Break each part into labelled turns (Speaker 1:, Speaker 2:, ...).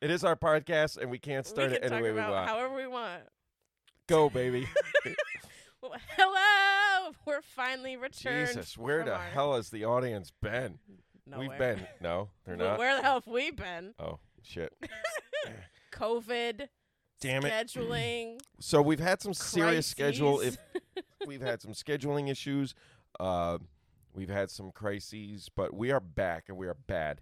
Speaker 1: It is our podcast, and we can't start
Speaker 2: we
Speaker 1: it
Speaker 2: can
Speaker 1: any
Speaker 2: talk
Speaker 1: way we
Speaker 2: about
Speaker 1: want.
Speaker 2: however we want.
Speaker 1: Go, baby.
Speaker 2: Well, hello, we're finally returned.
Speaker 1: Jesus, where
Speaker 2: from
Speaker 1: the
Speaker 2: our-
Speaker 1: hell has the audience been?
Speaker 2: Nowhere.
Speaker 1: We've been. No, they're
Speaker 2: Well,
Speaker 1: not.
Speaker 2: Where the hell have we been?
Speaker 1: Oh, shit.
Speaker 2: COVID.
Speaker 1: Damn it.
Speaker 2: Scheduling.
Speaker 1: So we've had some serious schedule. If
Speaker 2: crises.
Speaker 1: we've had some scheduling issues, uh, we've had some crises, but we are back and we are bad.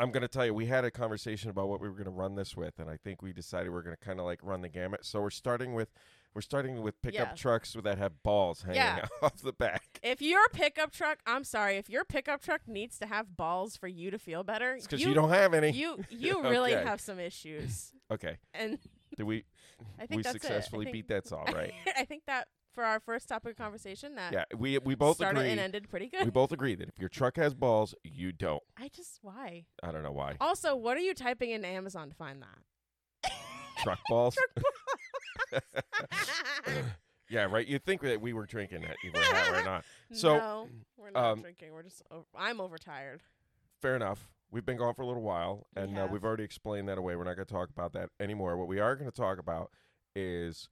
Speaker 1: I'm gonna tell you, we had a conversation about what we were gonna run this with, and I think we decided we are gonna kind of like run the gamut. So we're starting with we're starting with pickup
Speaker 2: Yeah.
Speaker 1: trucks that have balls hanging
Speaker 2: Yeah.
Speaker 1: off the back.
Speaker 2: If your pickup truck, I'm sorry, if your pickup truck needs to have balls for you to feel better,
Speaker 1: It's because you, don't have any.
Speaker 2: you you really
Speaker 1: Okay.
Speaker 2: have some issues,
Speaker 1: okay,
Speaker 2: and
Speaker 1: did we
Speaker 2: I think
Speaker 1: we
Speaker 2: that's it. I
Speaker 1: successfully
Speaker 2: think-
Speaker 1: beat that all right?
Speaker 2: I think that for our first topic of conversation, that
Speaker 1: yeah, we we both
Speaker 2: started
Speaker 1: agree.
Speaker 2: and ended pretty
Speaker 1: we
Speaker 2: good.
Speaker 1: both agree that if your truck has balls, you don't.
Speaker 2: I just why?
Speaker 1: I don't know why.
Speaker 2: Also, what are you typing into Amazon to find that?
Speaker 1: Truck balls.
Speaker 2: balls.
Speaker 1: yeah, right. You think that we were drinking that, you were not, we're not. So
Speaker 2: no, we're not
Speaker 1: um,
Speaker 2: drinking. We're just o I'm overtired.
Speaker 1: fair enough. We've been gone for a little while,
Speaker 2: We
Speaker 1: and uh,
Speaker 2: have.
Speaker 1: we've already explained that away. We're not going to talk about that anymore. What we are going to talk about is,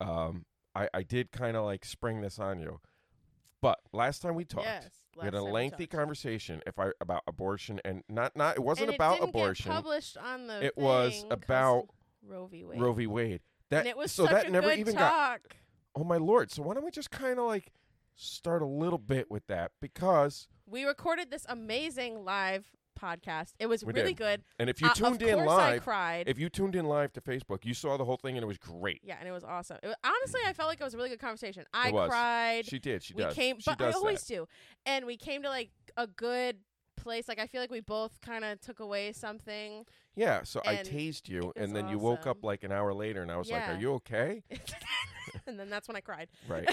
Speaker 1: um, I, I did kind of like spring this on you, but last time we talked,
Speaker 2: yes,
Speaker 1: we had
Speaker 2: last
Speaker 1: a
Speaker 2: time
Speaker 1: lengthy
Speaker 2: talked.
Speaker 1: conversation if I about abortion, and not not it wasn't
Speaker 2: And it
Speaker 1: about
Speaker 2: didn't get
Speaker 1: abortion.
Speaker 2: published on the
Speaker 1: It was
Speaker 2: thing 'cause
Speaker 1: about
Speaker 2: Roe v. Wade.
Speaker 1: Roe v. Wade. That
Speaker 2: and it was
Speaker 1: so
Speaker 2: such
Speaker 1: that
Speaker 2: a
Speaker 1: never
Speaker 2: good
Speaker 1: even got
Speaker 2: talk.
Speaker 1: Oh my lord! So why don't we just kind of like start a little bit with that because
Speaker 2: We recorded this amazing live podcast. It was
Speaker 1: We
Speaker 2: really
Speaker 1: did.
Speaker 2: good.
Speaker 1: and if you
Speaker 2: Uh,
Speaker 1: tuned
Speaker 2: of
Speaker 1: in
Speaker 2: course I
Speaker 1: live,
Speaker 2: cried.
Speaker 1: if you tuned in live to Facebook, you saw the whole thing and it was great.
Speaker 2: yeah, and it was awesome. It wa- honestly, I felt like it was a really good conversation. I
Speaker 1: was.
Speaker 2: cried.
Speaker 1: She did. She
Speaker 2: we
Speaker 1: does.
Speaker 2: came,
Speaker 1: she
Speaker 2: but
Speaker 1: does
Speaker 2: I always
Speaker 1: that.
Speaker 2: do. And we came to like a good place. Like I feel like we both kind of took away something.
Speaker 1: Yeah. So I
Speaker 2: and
Speaker 1: tased you,
Speaker 2: it was
Speaker 1: and then you woke up
Speaker 2: awesome.
Speaker 1: like an hour later, and I was like,
Speaker 2: Yeah.
Speaker 1: "Are you okay?"
Speaker 2: and then that's when I cried.
Speaker 1: Right.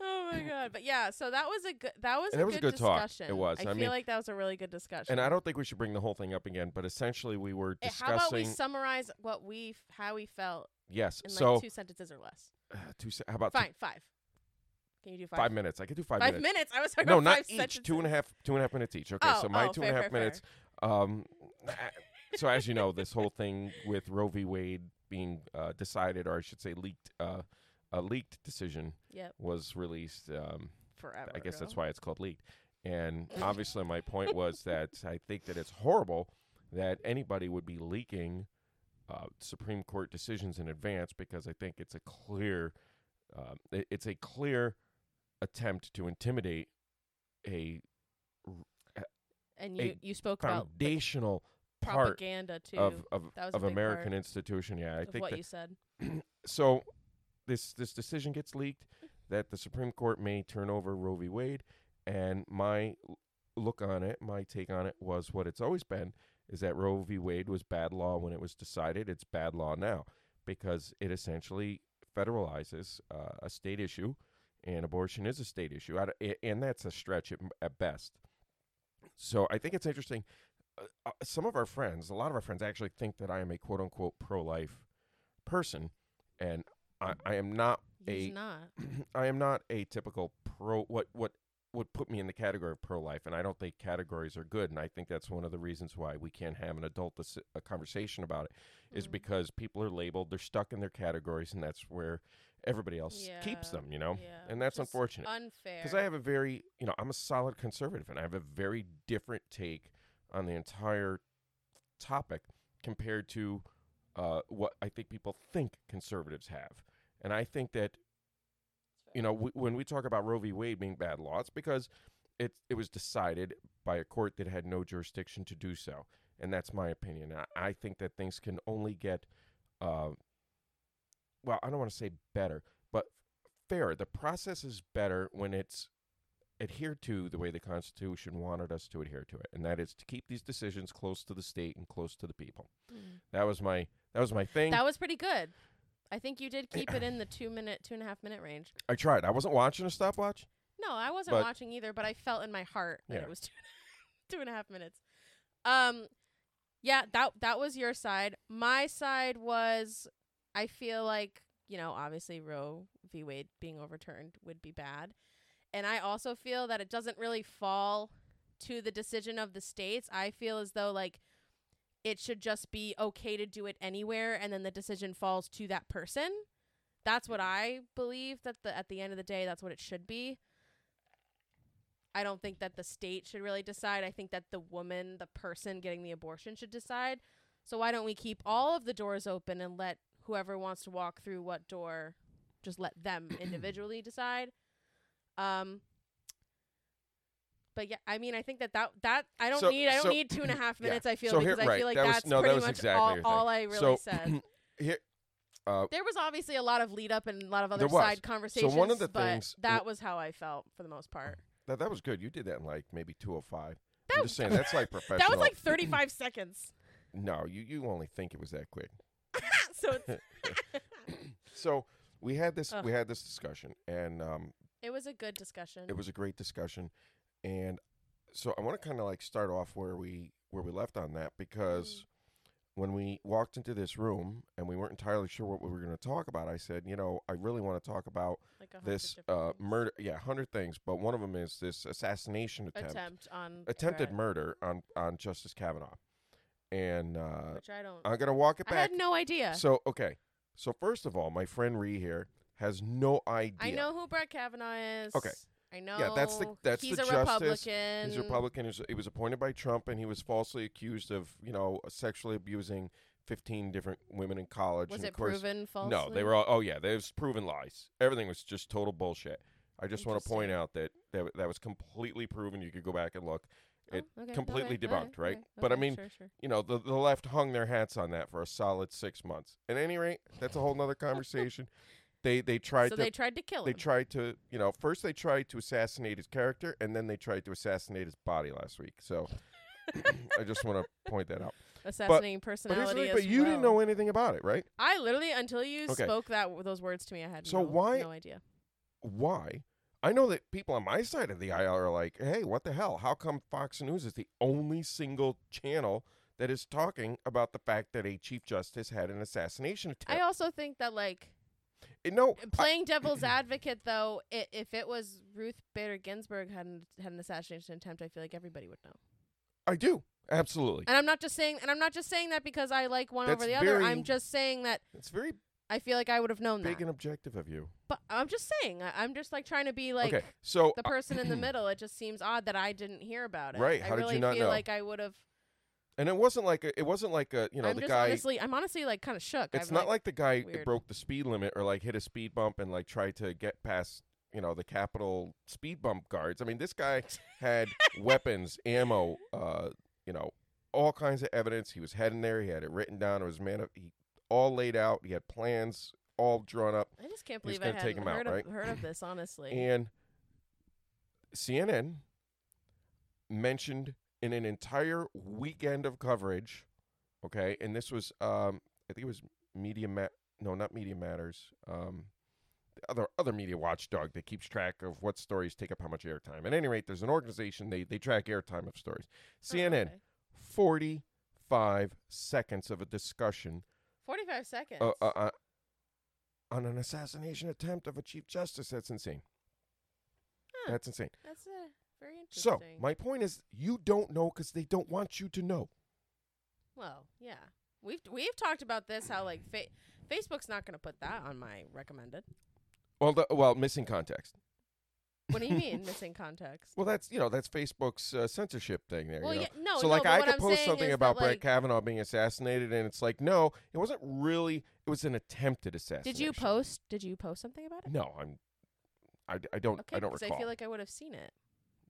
Speaker 2: oh my god! But yeah, so that was a good that was,
Speaker 1: And
Speaker 2: a,
Speaker 1: it was a
Speaker 2: good
Speaker 1: good talk. It
Speaker 2: discussion.
Speaker 1: was.
Speaker 2: I,
Speaker 1: I
Speaker 2: feel
Speaker 1: mean-
Speaker 2: like that was a really good discussion.
Speaker 1: and I don't think we should bring the whole thing up again, but essentially we were
Speaker 2: Uh, How about we
Speaker 1: discussing.
Speaker 2: summarize what we f- how we felt
Speaker 1: yes.
Speaker 2: in like
Speaker 1: so
Speaker 2: two sentences or less?
Speaker 1: uh, two. se- How about two-
Speaker 2: Fine, five. Can you do five?
Speaker 1: five minutes? I could do five,
Speaker 2: Five minutes. I was talking
Speaker 1: No,
Speaker 2: about
Speaker 1: not
Speaker 2: five
Speaker 1: each.
Speaker 2: sentences.
Speaker 1: Two and a half. Two and a half minutes each. Okay.
Speaker 2: Oh,
Speaker 1: so my
Speaker 2: oh,
Speaker 1: two and a
Speaker 2: fair,
Speaker 1: half
Speaker 2: fair,
Speaker 1: minutes. Um, so as you know, this whole thing with Roe v. Wade being uh, decided, or I should say, leaked. Uh, a leaked decision
Speaker 2: Yep.
Speaker 1: was released. Um,
Speaker 2: Forever.
Speaker 1: I guess that's
Speaker 2: ago.
Speaker 1: why it's called leaked. And obviously, my point was that I think that it's horrible that anybody would be leaking uh, Supreme Court decisions in advance because I think it's a clear, um, i- it's a clear attempt to intimidate a
Speaker 2: And
Speaker 1: a
Speaker 2: you you spoke about the
Speaker 1: foundational part
Speaker 2: propaganda too.
Speaker 1: of of,
Speaker 2: That was a
Speaker 1: of
Speaker 2: big
Speaker 1: American
Speaker 2: part
Speaker 1: institution. Yeah, I
Speaker 2: of
Speaker 1: think
Speaker 2: what
Speaker 1: that,
Speaker 2: you said.
Speaker 1: so this this decision gets leaked that the Supreme Court may turn over Roe v. Wade, and my l- look on it, my take on it was what it's always been is that Roe v. Wade was bad law when it was decided. It's bad law now because it essentially federalizes uh, a state issue, and abortion is a state issue, I d- a- and that's a stretch at, m- at best. So I think it's interesting. Uh, uh, some of our friends, a lot of our friends, actually think that I am a quote unquote pro life person, and I, I am not
Speaker 2: He's
Speaker 1: a
Speaker 2: not.
Speaker 1: I am not a typical pro. What what would put me in the category of pro life, and I don't think categories are good. And I think that's one of the reasons why we can't have an adult dis- a conversation about it, is
Speaker 2: Mhm.
Speaker 1: because people are labeled, they're stuck in their categories, and that's where everybody else keeps
Speaker 2: Yeah,
Speaker 1: them. You know,
Speaker 2: yeah.
Speaker 1: and that's
Speaker 2: Just
Speaker 1: unfortunate
Speaker 2: Unfair.
Speaker 1: because I have a very, you know, I'm a solid conservative, and I have a very different take on the entire topic compared to uh, what I think people think conservatives have. And I think that, you know, w- when we talk about Roe v. Wade being bad law, it's because it it was decided by a court that had no jurisdiction to do so, and that's my opinion. I, I think that things can only get, uh, well, I don't want to say better, but fair. The process is better when it's adhered to the way the Constitution wanted us to adhere to it, and that is to keep these decisions close to the state and close to the people.
Speaker 2: Mm.
Speaker 1: That was my that was my thing.
Speaker 2: That was pretty good. I think you did keep it in the two minute, two and a half minute range.
Speaker 1: I tried. I wasn't watching a stopwatch.
Speaker 2: No, I wasn't
Speaker 1: But-
Speaker 2: watching either, but I felt in my heart that
Speaker 1: Yeah.
Speaker 2: it was two, two and a half minutes. Um, yeah, that that was your side. My side was, I feel like you know, obviously Roe v. Wade being overturned would be bad, and I also feel that it doesn't really fall to the decision of the states, I feel as though like it should just be okay to do it anywhere and then the decision falls to that person. That's
Speaker 1: Mm-hmm.
Speaker 2: what I believe that the at the end of the day that's what it should be. I don't think that the state should really decide. I think that the woman, the person getting the abortion should decide. So why don't we keep all of the doors open and let whoever wants to walk through what door just let them individually decide. Um but yeah, I mean, I think that that, that I don't
Speaker 1: So-
Speaker 2: need I don't
Speaker 1: so-
Speaker 2: need two and a half
Speaker 1: yeah.
Speaker 2: minutes. I feel
Speaker 1: So here-
Speaker 2: because I
Speaker 1: right,
Speaker 2: feel like
Speaker 1: that was-
Speaker 2: that's
Speaker 1: no, that
Speaker 2: pretty
Speaker 1: was
Speaker 2: much
Speaker 1: exactly
Speaker 2: all,
Speaker 1: your thing.
Speaker 2: all I really
Speaker 1: So,
Speaker 2: said.
Speaker 1: Here, uh,
Speaker 2: There was obviously a lot of lead up and a lot of other
Speaker 1: There was.
Speaker 2: side conversations.
Speaker 1: the
Speaker 2: but
Speaker 1: things-
Speaker 2: that was how I felt for the most part.
Speaker 1: that that was good. You did that in like maybe two oh five.
Speaker 2: That-
Speaker 1: I'm just saying that's like professional.
Speaker 2: That was like 35 seconds.
Speaker 1: No, you you only think it was that quick.
Speaker 2: so it's,
Speaker 1: So we had this
Speaker 2: Ugh.
Speaker 1: we had this discussion, and um,
Speaker 2: it was a good discussion.
Speaker 1: it was a great discussion and so i want to kind of like start off where we where we left on
Speaker 2: Mm-hmm.
Speaker 1: that because when we walked into this room and we weren't entirely sure what we were going to talk about i said you know i really want to talk about
Speaker 2: like a hundred
Speaker 1: this
Speaker 2: different
Speaker 1: uh,
Speaker 2: things.
Speaker 1: murder yeah 100 things but one of them is this assassination attempt,
Speaker 2: attempt on
Speaker 1: attempted
Speaker 2: Brett,
Speaker 1: murder on on justice kavanaugh and uh,
Speaker 2: which I don't.
Speaker 1: i'm going to walk it
Speaker 2: I
Speaker 1: back
Speaker 2: had no idea.
Speaker 1: so okay so first of all my friend ree here has no idea
Speaker 2: I know who Brett Kavanaugh is.
Speaker 1: Okay.
Speaker 2: I know.
Speaker 1: Yeah, that's the- that's the
Speaker 2: he's a
Speaker 1: justice.
Speaker 2: Republican.
Speaker 1: He's a Republican. He's- He was appointed by Trump, and he was falsely accused of, you know, sexually abusing 15 different women in college.
Speaker 2: Was
Speaker 1: and of
Speaker 2: it
Speaker 1: course,
Speaker 2: proven false?
Speaker 1: No, they were all. Oh yeah, they was proven lies. Everything was just total bullshit. I just want to point
Speaker 2: Interesting.
Speaker 1: out that, that that was completely proven. You could go back and look. it
Speaker 2: Oh, okay,
Speaker 1: completely
Speaker 2: okay,
Speaker 1: debunked,
Speaker 2: okay,
Speaker 1: right?
Speaker 2: okay,
Speaker 1: But I
Speaker 2: okay,
Speaker 1: mean,
Speaker 2: sure, sure.
Speaker 1: You know, the, the left hung their hats on that for a solid six months. At any rate, that's a whole nother conversation. They they tried
Speaker 2: so
Speaker 1: to
Speaker 2: they tried to kill
Speaker 1: they
Speaker 2: him.
Speaker 1: tried to you know first they tried to assassinate his character and then they tried to assassinate his body last week so i just want to point that out
Speaker 2: Assassinating
Speaker 1: but, here's the
Speaker 2: personality.
Speaker 1: thing, but
Speaker 2: as
Speaker 1: you didn't
Speaker 2: well.
Speaker 1: know anything about it right
Speaker 2: I literally until you
Speaker 1: Okay.
Speaker 2: spoke that those words to me, I had
Speaker 1: So
Speaker 2: no,
Speaker 1: why-
Speaker 2: no idea.
Speaker 1: why i know that people on my side of the aisle are like hey what the hell how come fox news is the only single channel that is talking about the fact that a chief justice had an assassination
Speaker 2: I
Speaker 1: attempt
Speaker 2: also think that like
Speaker 1: And no I-
Speaker 2: playing devil's advocate though, i if it was Ruth Bader Ginsburg had an, had an assassination attempt, I feel like everybody would know.
Speaker 1: I do absolutely
Speaker 2: And I'm not just saying, and I'm not just saying that because I like one over
Speaker 1: That's
Speaker 2: the other.
Speaker 1: very-
Speaker 2: I'm just saying that
Speaker 1: it's very
Speaker 2: I feel like I would have known
Speaker 1: big
Speaker 2: that.
Speaker 1: and objective of you
Speaker 2: But I'm just saying, I, I'm just like trying to be like
Speaker 1: okay so
Speaker 2: the person in the middle. It just seems odd that I didn't hear about it.
Speaker 1: Right,
Speaker 2: I
Speaker 1: how did you
Speaker 2: really
Speaker 1: not
Speaker 2: feel
Speaker 1: know?
Speaker 2: like I would have.
Speaker 1: and it wasn't like a, it wasn't like a you know
Speaker 2: I'm
Speaker 1: the
Speaker 2: just
Speaker 1: guy
Speaker 2: honestly, I'm honestly like kind of shook.
Speaker 1: It's
Speaker 2: I'm
Speaker 1: not like, the guy
Speaker 2: weird.
Speaker 1: broke the speed limit or like hit a speed bump and like tried to get past, you know, the Capitol speed bump guards. I mean, this guy had weapons, ammo, uh, you know, all kinds of evidence. He was heading there. He had it written down. It was man, he all laid out. He had plans all drawn up.
Speaker 2: I just can't
Speaker 1: He was
Speaker 2: believe I
Speaker 1: gonna take
Speaker 2: hadn't
Speaker 1: him out,
Speaker 2: heard,
Speaker 1: right?
Speaker 2: of, heard of this, honestly.
Speaker 1: And CNN mentioned in an entire weekend of coverage, okay, and this was, um, I think it was Media, Ma- no, not Media Matters, um, the other other media watchdog that keeps track of what stories take up how much airtime. At any rate, there's an organization they they track airtime of stories.
Speaker 2: Oh,
Speaker 1: CNN,
Speaker 2: okay.
Speaker 1: 45 seconds of a discussion
Speaker 2: 45 seconds.
Speaker 1: uh, uh, uh, on an assassination attempt of a chief justice. That's insane.
Speaker 2: Huh.
Speaker 1: That's insane.
Speaker 2: That's uh, very interesting.
Speaker 1: So my point is, you don't know because they don't want you to know.
Speaker 2: well, yeah. We've we've talked about this how like fa- Facebook's not going to put that on my recommended.
Speaker 1: Well, the, well, missing context.
Speaker 2: What do you mean missing context?
Speaker 1: Well, that's you know that's Facebook's uh, censorship thing there.
Speaker 2: Well,
Speaker 1: you know?
Speaker 2: yeah, no.
Speaker 1: so
Speaker 2: no,
Speaker 1: like
Speaker 2: but
Speaker 1: I
Speaker 2: what
Speaker 1: could
Speaker 2: I'm
Speaker 1: post
Speaker 2: saying is
Speaker 1: something
Speaker 2: that,
Speaker 1: about Brett
Speaker 2: like,
Speaker 1: Kavanaugh being assassinated, and it's like, no, it wasn't really. It was an attempted assassination.
Speaker 2: Did you post? Did you post something about it?
Speaker 1: No, I'm. I, I don't.
Speaker 2: Okay,
Speaker 1: I don't
Speaker 2: because
Speaker 1: recall.
Speaker 2: I feel like I would have seen it.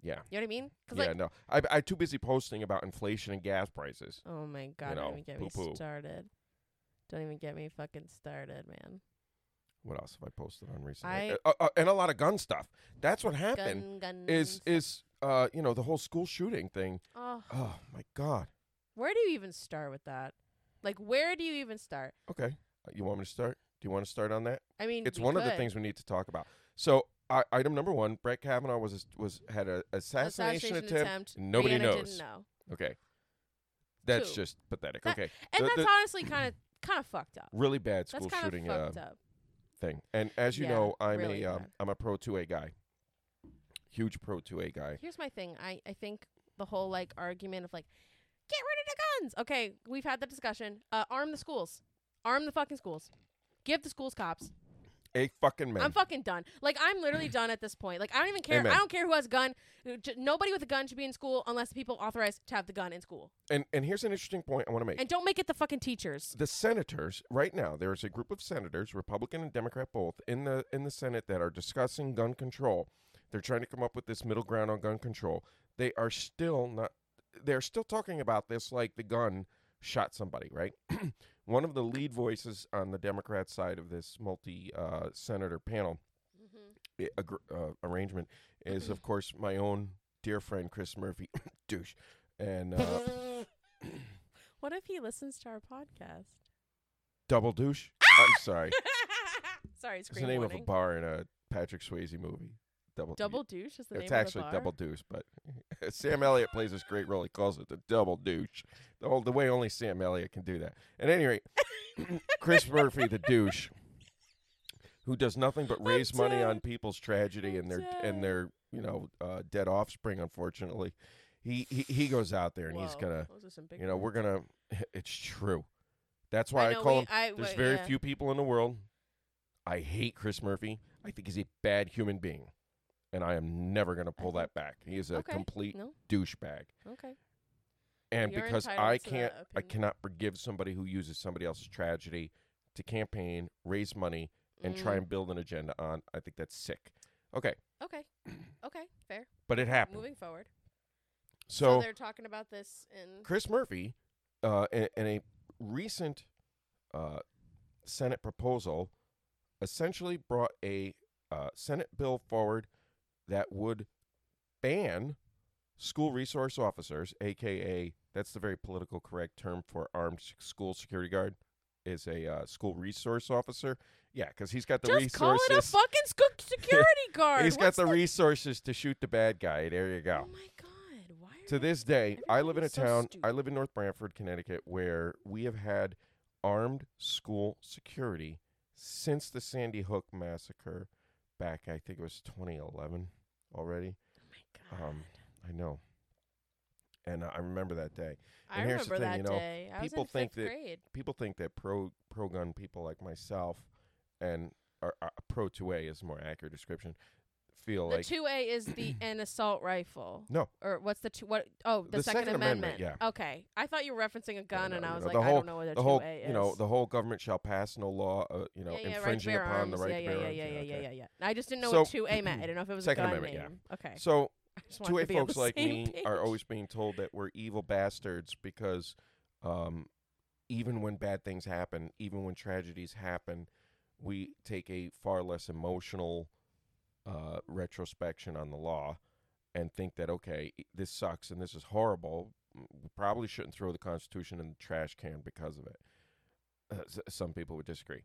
Speaker 1: yeah.
Speaker 2: You know what I mean? Because
Speaker 1: Yeah.
Speaker 2: like,
Speaker 1: no, I I too busy posting about inflation and gas prices.
Speaker 2: oh my god,
Speaker 1: know,
Speaker 2: don't even get
Speaker 1: poo-poo.
Speaker 2: me started. Don't even get me fucking started, man.
Speaker 1: What else have I posted on recently?
Speaker 2: I-
Speaker 1: Uh, uh, uh, and a lot of gun stuff. That's what happened.
Speaker 2: Gun, gun
Speaker 1: Is is uh you know the whole school shooting thing?
Speaker 2: Oh,
Speaker 1: Oh my god.
Speaker 2: where do you even start with that? Like, where do you even start?
Speaker 1: Okay, Uh, you want me to start? Do you want to start on that?
Speaker 2: I mean,
Speaker 1: It's
Speaker 2: we
Speaker 1: one of the
Speaker 2: could.
Speaker 1: things we need to talk about. So I, item number one: Brett Kavanaugh was was had a assassination, attempt. Nobody
Speaker 2: Rihanna
Speaker 1: knows.
Speaker 2: Didn't know.
Speaker 1: Okay, that's
Speaker 2: Two.
Speaker 1: just pathetic.
Speaker 2: That-
Speaker 1: okay,
Speaker 2: And
Speaker 1: The-
Speaker 2: that's
Speaker 1: the-
Speaker 2: honestly kind of kind of fucked up.
Speaker 1: really bad
Speaker 2: That's
Speaker 1: school
Speaker 2: kind
Speaker 1: shooting
Speaker 2: of
Speaker 1: uh,
Speaker 2: fucked up.
Speaker 1: thing. And as you
Speaker 2: Yeah,
Speaker 1: know, I'm
Speaker 2: really
Speaker 1: a um,
Speaker 2: bad.
Speaker 1: I'm a pro two A guy, huge pro two A guy.
Speaker 2: Here's my thing. I I think the whole like argument of like get rid of the guns. Okay, we've had that discussion. Uh, arm the schools. Arm the fucking schools. Give the schools cops.
Speaker 1: A fucking man.
Speaker 2: I'm fucking done. Like I'm literally done at this point. Like I don't even care.
Speaker 1: Amen.
Speaker 2: I don't care who has a gun. J- Nobody with a gun should be in school unless the people authorized to have the gun in school.
Speaker 1: and and here's an interesting point I want to make.
Speaker 2: And don't make it the fucking teachers.
Speaker 1: the senators right now there is a group of senators republican and democrat both in the in the senate that are discussing gun control they're trying to come up with this middle ground on gun control they are still not they're still talking about this like the gun shot somebody right one of the lead voices on the democrat side of this multi uh, senator panel Mm-hmm. i- agr- uh, arrangement is of course my own dear friend chris murphy douche and uh,
Speaker 2: What if he listens to our podcast?
Speaker 1: double douche i'm sorry
Speaker 2: Sorry,
Speaker 1: It's the
Speaker 2: screen
Speaker 1: name
Speaker 2: warning.
Speaker 1: of a bar in a Patrick Swayze movie. Double.
Speaker 2: double douche is the
Speaker 1: It's
Speaker 2: name
Speaker 1: actually
Speaker 2: of the
Speaker 1: Double
Speaker 2: bar.
Speaker 1: Deuce, but Sam Elliott plays this great role. He calls it the Double Douche. The, whole, the way only Sam Elliott can do that. At any rate, Chris Murphy, the douche, who does nothing but raise money
Speaker 2: dead.
Speaker 1: on people's tragedy and
Speaker 2: I'm
Speaker 1: their and
Speaker 2: dead.
Speaker 1: their you know uh, dead offspring. Unfortunately, he, he he goes out there and he's
Speaker 2: Whoa,
Speaker 1: gonna
Speaker 2: those are some big
Speaker 1: you know we're
Speaker 2: words.
Speaker 1: gonna. It's true. That's why I,
Speaker 2: know
Speaker 1: call
Speaker 2: we-
Speaker 1: him
Speaker 2: I-
Speaker 1: there's
Speaker 2: wait,
Speaker 1: very
Speaker 2: yeah.
Speaker 1: few people in the world. I hate Chris Murphy. I think he's a bad human being, and I am never going to pull
Speaker 2: think-
Speaker 1: that back. He is a
Speaker 2: Okay,
Speaker 1: complete
Speaker 2: no.
Speaker 1: douchebag,
Speaker 2: Okay.
Speaker 1: and
Speaker 2: You're
Speaker 1: because
Speaker 2: entitled
Speaker 1: I
Speaker 2: to that
Speaker 1: can't, I
Speaker 2: opinion.
Speaker 1: cannot forgive somebody who uses somebody else's tragedy to campaign, raise money, and try
Speaker 2: Mm.
Speaker 1: and build an agenda on. I think that's sick. Okay,
Speaker 2: Okay. Okay. Fair.
Speaker 1: but it happened.
Speaker 2: Moving forward. So,
Speaker 1: so
Speaker 2: they're talking about this in.
Speaker 1: Chris Murphy, uh, in, in a recent uh, Senate proposal, essentially brought a uh, Senate bill forward that would ban school resource officers, aka that's the very political correct term for armed s- school security guard, is a uh, school resource officer. Yeah, because he's got the
Speaker 2: Just call
Speaker 1: resources.
Speaker 2: it a fucking sco- security guard.
Speaker 1: he's got
Speaker 2: What's
Speaker 1: the, resources to shoot the bad guy. There you go
Speaker 2: Oh my god! Why are
Speaker 1: to this day, I live in a
Speaker 2: Everybody's so
Speaker 1: town. I
Speaker 2: stupid.
Speaker 1: live in North Branford, Connecticut, where we have had armed school security since the Sandy Hook massacre back. I think it was 2011 already.
Speaker 2: Oh my god!
Speaker 1: Um, I know, and I remember that day.
Speaker 2: I
Speaker 1: and here's the
Speaker 2: remember that
Speaker 1: thing, you know,
Speaker 2: day. I was
Speaker 1: people
Speaker 2: in
Speaker 1: think
Speaker 2: fifth
Speaker 1: that-
Speaker 2: grade.
Speaker 1: People think that pro pro gun people like myself and are, are pro 2A is a more accurate description. Feel
Speaker 2: The
Speaker 1: like
Speaker 2: two A is the an assault rifle.
Speaker 1: No.
Speaker 2: Or what's the two? What? Oh, the,
Speaker 1: The
Speaker 2: Second,
Speaker 1: Second
Speaker 2: Amendment.
Speaker 1: Amendment,
Speaker 2: Okay, I thought you were referencing a gun,
Speaker 1: no,
Speaker 2: and
Speaker 1: you
Speaker 2: I was
Speaker 1: know,
Speaker 2: like,
Speaker 1: the
Speaker 2: I
Speaker 1: whole-
Speaker 2: don't know what a
Speaker 1: the whole
Speaker 2: two A is.
Speaker 1: you know the whole government shall pass no law uh, you know
Speaker 2: yeah, yeah, right to
Speaker 1: infringing
Speaker 2: bear
Speaker 1: upon the
Speaker 2: arms.
Speaker 1: right
Speaker 2: yeah,
Speaker 1: to
Speaker 2: yeah,
Speaker 1: bear
Speaker 2: yeah,
Speaker 1: arms.
Speaker 2: yeah,
Speaker 1: Yeah,
Speaker 2: yeah,
Speaker 1: okay.
Speaker 2: yeah, yeah, yeah. I just didn't know what
Speaker 1: So-
Speaker 2: two A meant. I didn't know if it was
Speaker 1: Second
Speaker 2: a gun
Speaker 1: Amendment, yeah.
Speaker 2: name. Okay.
Speaker 1: So
Speaker 2: I just wanted
Speaker 1: two A
Speaker 2: to be on
Speaker 1: folks
Speaker 2: the
Speaker 1: like
Speaker 2: same
Speaker 1: me
Speaker 2: page.
Speaker 1: are always being told that we're evil bastards because um, even when bad things happen, even when tragedies happen, we take a far less emotional uh, retrospection on the law and think that okay, i- this sucks and this is horrible. M- We probably shouldn't throw the Constitution in the trash can because of it. Uh, s- some people would disagree,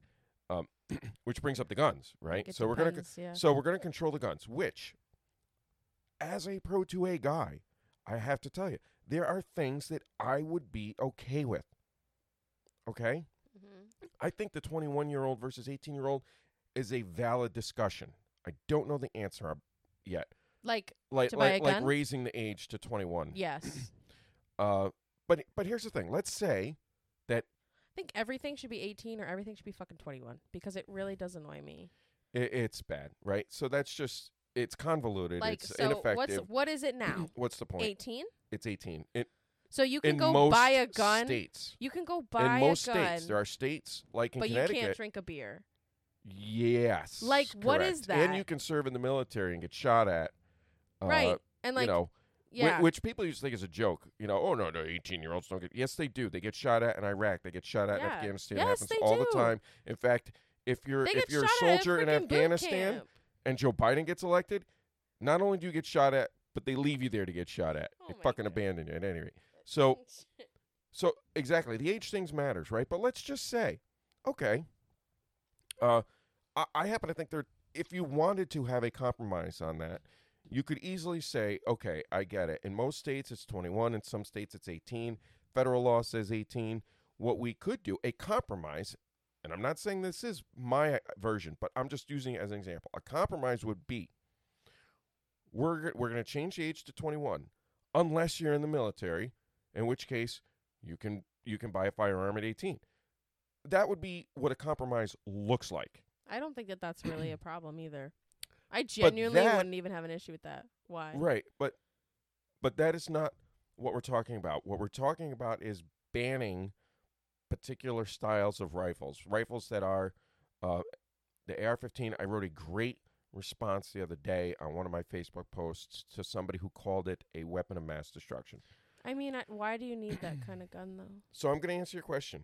Speaker 1: um, which brings up the guns, right?
Speaker 2: It
Speaker 1: So we're gonna
Speaker 2: depends, yeah.
Speaker 1: so we're going to control the guns, which, as a Pro 2A guy, I have to tell you, there are things that I would be okay with. Okay?
Speaker 2: Mhm.
Speaker 1: I think the 21 year old versus 18 year old is a valid discussion. I don't know the answer ab- yet.
Speaker 2: Like
Speaker 1: Like,
Speaker 2: To buy
Speaker 1: like,
Speaker 2: a
Speaker 1: like
Speaker 2: gun?
Speaker 1: raising the age to 21.
Speaker 2: yes, I
Speaker 1: Uh, but, but here's the thing let's say
Speaker 2: think everything should be eighteen or everything should be fucking twenty one because it really does annoy me.
Speaker 1: it, it's bad, right? So that's just, it's convoluted,
Speaker 2: Like
Speaker 1: it's
Speaker 2: so, what's
Speaker 1: ineffective.
Speaker 2: what is it now?
Speaker 1: What's the point?
Speaker 2: Eighteen.
Speaker 1: It's 18. It,
Speaker 2: So you can
Speaker 1: in
Speaker 2: go
Speaker 1: most
Speaker 2: buy a gun.
Speaker 1: states.
Speaker 2: You can go buy
Speaker 1: in most
Speaker 2: a gun,
Speaker 1: states, there are states like in
Speaker 2: but you
Speaker 1: Connecticut.
Speaker 2: can't drink a beer.
Speaker 1: Yes,
Speaker 2: Like, what is
Speaker 1: correct. And you
Speaker 2: that?
Speaker 1: can serve in the military and get shot at. uh,
Speaker 2: right. And like
Speaker 1: you know, whi-
Speaker 2: yeah.
Speaker 1: which people used to think is a joke. You know, oh no, no, eighteen-year-olds don't get. Yes, they do. They get shot at in Iraq. They get shot at in
Speaker 2: Yeah.
Speaker 1: Afghanistan.
Speaker 2: Yes,
Speaker 1: it happens
Speaker 2: they
Speaker 1: all the
Speaker 2: do.
Speaker 1: time. In fact, if you're
Speaker 2: they
Speaker 1: if
Speaker 2: get
Speaker 1: you're a
Speaker 2: shot at
Speaker 1: soldier in
Speaker 2: freaking boot
Speaker 1: Afghanistan
Speaker 2: camp.
Speaker 1: and Joe Biden gets elected, not only do you get shot at, but they leave you there to get shot at.
Speaker 2: Oh
Speaker 1: they
Speaker 2: my
Speaker 1: fucking
Speaker 2: God.
Speaker 1: abandon you at any rate. So So exactly, the age things matters, right? But let's just say, okay, uh, I, I happen to think there. If you wanted to have a compromise on that, you could easily say, okay, I get it. In most states, it's 21. In some states, it's 18. Federal law says 18. What we could do, a compromise, and I'm not saying this is my version, but I'm just using it as an example. A compromise would be we're, g- we're going to change the age to 21 unless you're in the military, in which case you can you can buy a firearm at 18. That would be what a compromise looks like.
Speaker 2: I don't think that that's really a problem either. I genuinely
Speaker 1: that-
Speaker 2: wouldn't even have an issue with that. Why?
Speaker 1: Right, but but that is not what we're talking about. What we're talking about is banning particular styles of rifles, rifles that are uh, the AR-15. I wrote a great response the other day on one of my Facebook posts to somebody who called it a weapon of mass destruction.
Speaker 2: I mean, I, why do you need that kind of gun though?
Speaker 1: So I'm going to answer your question.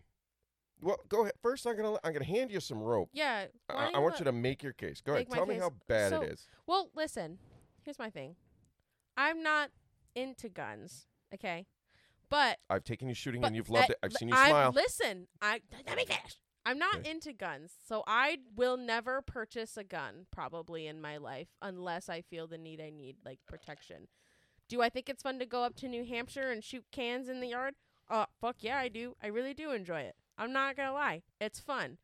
Speaker 1: Well, go ahead. First, I'm gonna I'm gonna hand you some rope.
Speaker 2: Yeah. why
Speaker 1: I,
Speaker 2: do
Speaker 1: I want
Speaker 2: let-
Speaker 1: you to make your case. Go ahead.
Speaker 2: Make my
Speaker 1: Tell me
Speaker 2: case.
Speaker 1: how bad
Speaker 2: So-
Speaker 1: it is.
Speaker 2: Well, listen, here's my thing. I'm not into guns, okay? But,
Speaker 1: I've taken you shooting
Speaker 2: but
Speaker 1: and you've loved
Speaker 2: I-
Speaker 1: it. I've
Speaker 2: l-
Speaker 1: seen you
Speaker 2: I-
Speaker 1: smile.
Speaker 2: Listen, I let me finish. I'm not
Speaker 1: Okay.
Speaker 2: into guns, so I will never purchase a gun probably in my life unless I feel the need I need like protection. Do I think it's fun to go up to New Hampshire and shoot cans in the yard? Uh fuck yeah, I do. I really do enjoy it. I'm not going to lie. It's fun.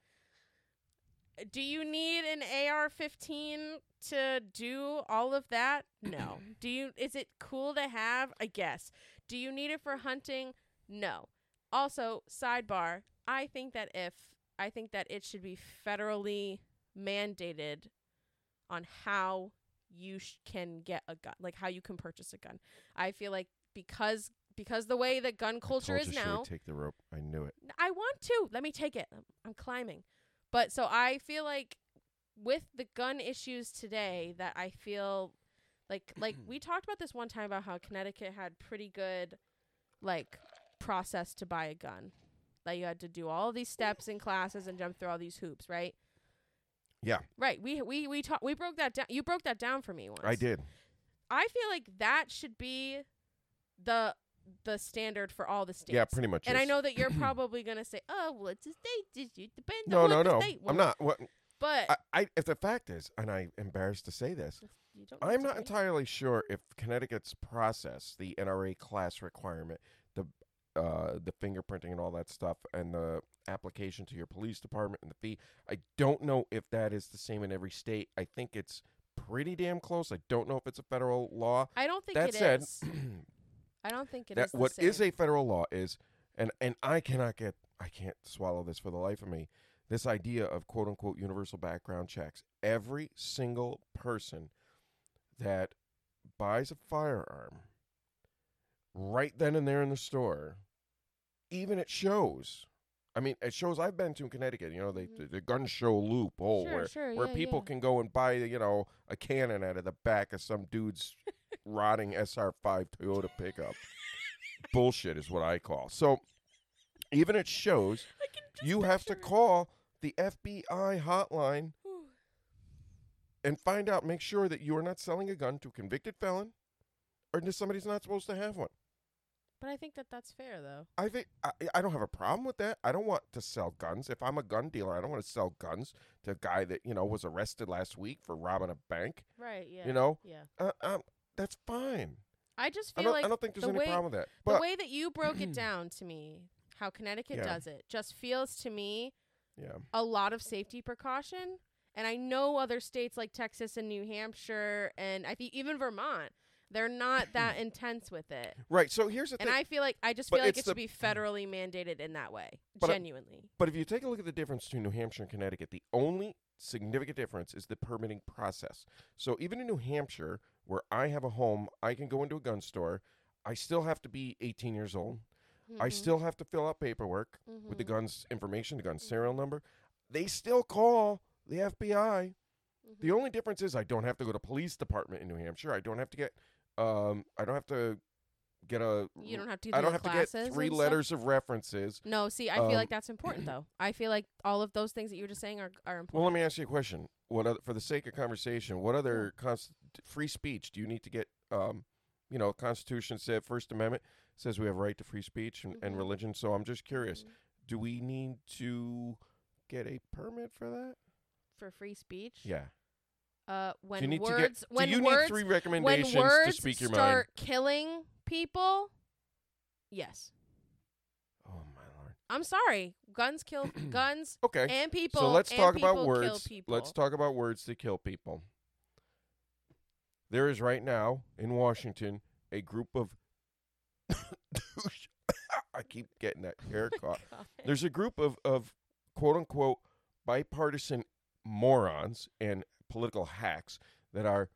Speaker 2: Do you need an AR-15 to do all of that? No. do you is it cool to have? I guess. Do you need it for hunting? No. Also, sidebar, I think that if I think that it should be federally mandated on how you sh- can get a gun, like how you can purchase a gun. I feel like because because the way that gun culture
Speaker 1: Told
Speaker 2: is
Speaker 1: you she would
Speaker 2: now,
Speaker 1: take the rope. I knew it.
Speaker 2: N- I want to. Let me take it. I'm, I'm climbing. But so I feel like with the gun issues today that I feel like like we talked about this one time about how Connecticut had pretty good like process to buy a gun. That you had to do all these steps and classes and jump through all these hoops, right?
Speaker 1: Yeah.
Speaker 2: Right. We we we ta- we broke that down. You broke that down for me once.
Speaker 1: I did.
Speaker 2: I feel like that should be the the standard for all the states.
Speaker 1: Yeah, pretty much.
Speaker 2: And I
Speaker 1: is.
Speaker 2: know that you're probably gonna say, "Oh, well, it's a state issue. It Depends
Speaker 1: No,
Speaker 2: on
Speaker 1: no,
Speaker 2: what the
Speaker 1: no.
Speaker 2: state Eh
Speaker 1: I'm
Speaker 2: wants."
Speaker 1: not. What
Speaker 2: But
Speaker 1: I, I, if the fact is, and I'm embarrassed to say this,
Speaker 2: you don't need
Speaker 1: I'm
Speaker 2: to
Speaker 1: not
Speaker 2: be.
Speaker 1: entirely sure if Connecticut's process, the NRA class requirement, the uh, the fingerprinting and all that stuff, and the application to your police department and the fee, I don't know if that is the same in every state. I think it's pretty damn close. I don't know if it's a federal law.
Speaker 2: I don't think
Speaker 1: that
Speaker 2: it
Speaker 1: said,
Speaker 2: is. I don't think it is.
Speaker 1: that
Speaker 2: the
Speaker 1: what
Speaker 2: same.
Speaker 1: is a federal law is and and I cannot get I can't swallow this for the life of me this idea of quote unquote universal background checks every single person that buys a firearm right then and there in the store even at shows I mean at shows I've been to in Connecticut you know they
Speaker 2: Mhm.
Speaker 1: the gun show loophole
Speaker 2: Sure,
Speaker 1: where
Speaker 2: sure,
Speaker 1: where
Speaker 2: yeah,
Speaker 1: people
Speaker 2: yeah.
Speaker 1: can go and buy you know a cannon out of the back of some dude's rotting SR5 Toyota pickup bullshit is what I call. So even at shows,
Speaker 2: I can just
Speaker 1: you have to
Speaker 2: picture it.
Speaker 1: call the FBI hotline
Speaker 2: Whew.
Speaker 1: and find out, make sure that you are not selling a gun to a convicted felon or to somebody who's not supposed to have one.
Speaker 2: But I think that that's fair, though.
Speaker 1: I think I, I don't have a problem with that. I don't want to sell guns. If I'm a gun dealer, I don't want to sell guns to a guy that you know was arrested last week for robbing a bank.
Speaker 2: Right? Yeah.
Speaker 1: You know,
Speaker 2: Yeah.
Speaker 1: uh, um, that's fine.
Speaker 2: I just
Speaker 1: I
Speaker 2: feel
Speaker 1: don't.
Speaker 2: like
Speaker 1: I don't think there's
Speaker 2: the
Speaker 1: any
Speaker 2: way-
Speaker 1: problem with that.
Speaker 2: the
Speaker 1: But
Speaker 2: way that you broke it down to me, how Connecticut
Speaker 1: Yeah.
Speaker 2: does it, just feels to me
Speaker 1: yeah,
Speaker 2: a lot of safety precaution. And I know other states like Texas and New Hampshire and I think even Vermont, they're not that intense with it.
Speaker 1: right. So here's the
Speaker 2: And
Speaker 1: thing.
Speaker 2: I feel like I just
Speaker 1: But
Speaker 2: feel like
Speaker 1: it's
Speaker 2: it should
Speaker 1: the-
Speaker 2: be federally mandated in that way.
Speaker 1: But I-
Speaker 2: genuinely.
Speaker 1: But if you take a look at the difference between New Hampshire and Connecticut, the only significant difference is the permitting process. So even in New Hampshire, where I have a home, I can go into a gun store. I still have to be 18 years old. I
Speaker 2: Mm-hmm.
Speaker 1: still have to fill out paperwork with the gun's information, the gun's serial
Speaker 2: Mm-hmm.
Speaker 1: number. They still call the FBI. The only difference is I don't have to go to police department in New Hampshire. I don't have to get um I don't have to get a
Speaker 2: You don't have to do
Speaker 1: I
Speaker 2: the
Speaker 1: don't have to get
Speaker 2: classes and
Speaker 1: three
Speaker 2: stuff?
Speaker 1: letters of references.
Speaker 2: No, see, I feel
Speaker 1: Um,
Speaker 2: like that's important though. I feel like all of those things that you were just saying are are important.
Speaker 1: Well, let me ask you a question. What other, for the sake of conversation, what other
Speaker 2: Mm.
Speaker 1: const- free speech do you need to get? Um, you know, Constitution said First Amendment says we have right to free speech and, and
Speaker 2: Mhm.
Speaker 1: religion. So I'm just curious,
Speaker 2: Mhm.
Speaker 1: do we need to get a permit for that?
Speaker 2: For free speech.
Speaker 1: Yeah.
Speaker 2: Uh
Speaker 1: do you
Speaker 2: when
Speaker 1: need to get?
Speaker 2: words when
Speaker 1: do you need
Speaker 2: words
Speaker 1: three
Speaker 2: when
Speaker 1: recommendations
Speaker 2: words
Speaker 1: to speak your mind?
Speaker 2: start killing people. Yes.
Speaker 1: Oh my lord.
Speaker 2: I'm sorry. Guns kill guns
Speaker 1: Okay.
Speaker 2: and people.
Speaker 1: so let's
Speaker 2: and
Speaker 1: talk about
Speaker 2: people Kill
Speaker 1: words.
Speaker 2: people.
Speaker 1: Let's talk about words that kill people. There is right now in Washington a group of keep getting that haircut. There's a group of, of quote unquote bipartisan morons and political hacks that are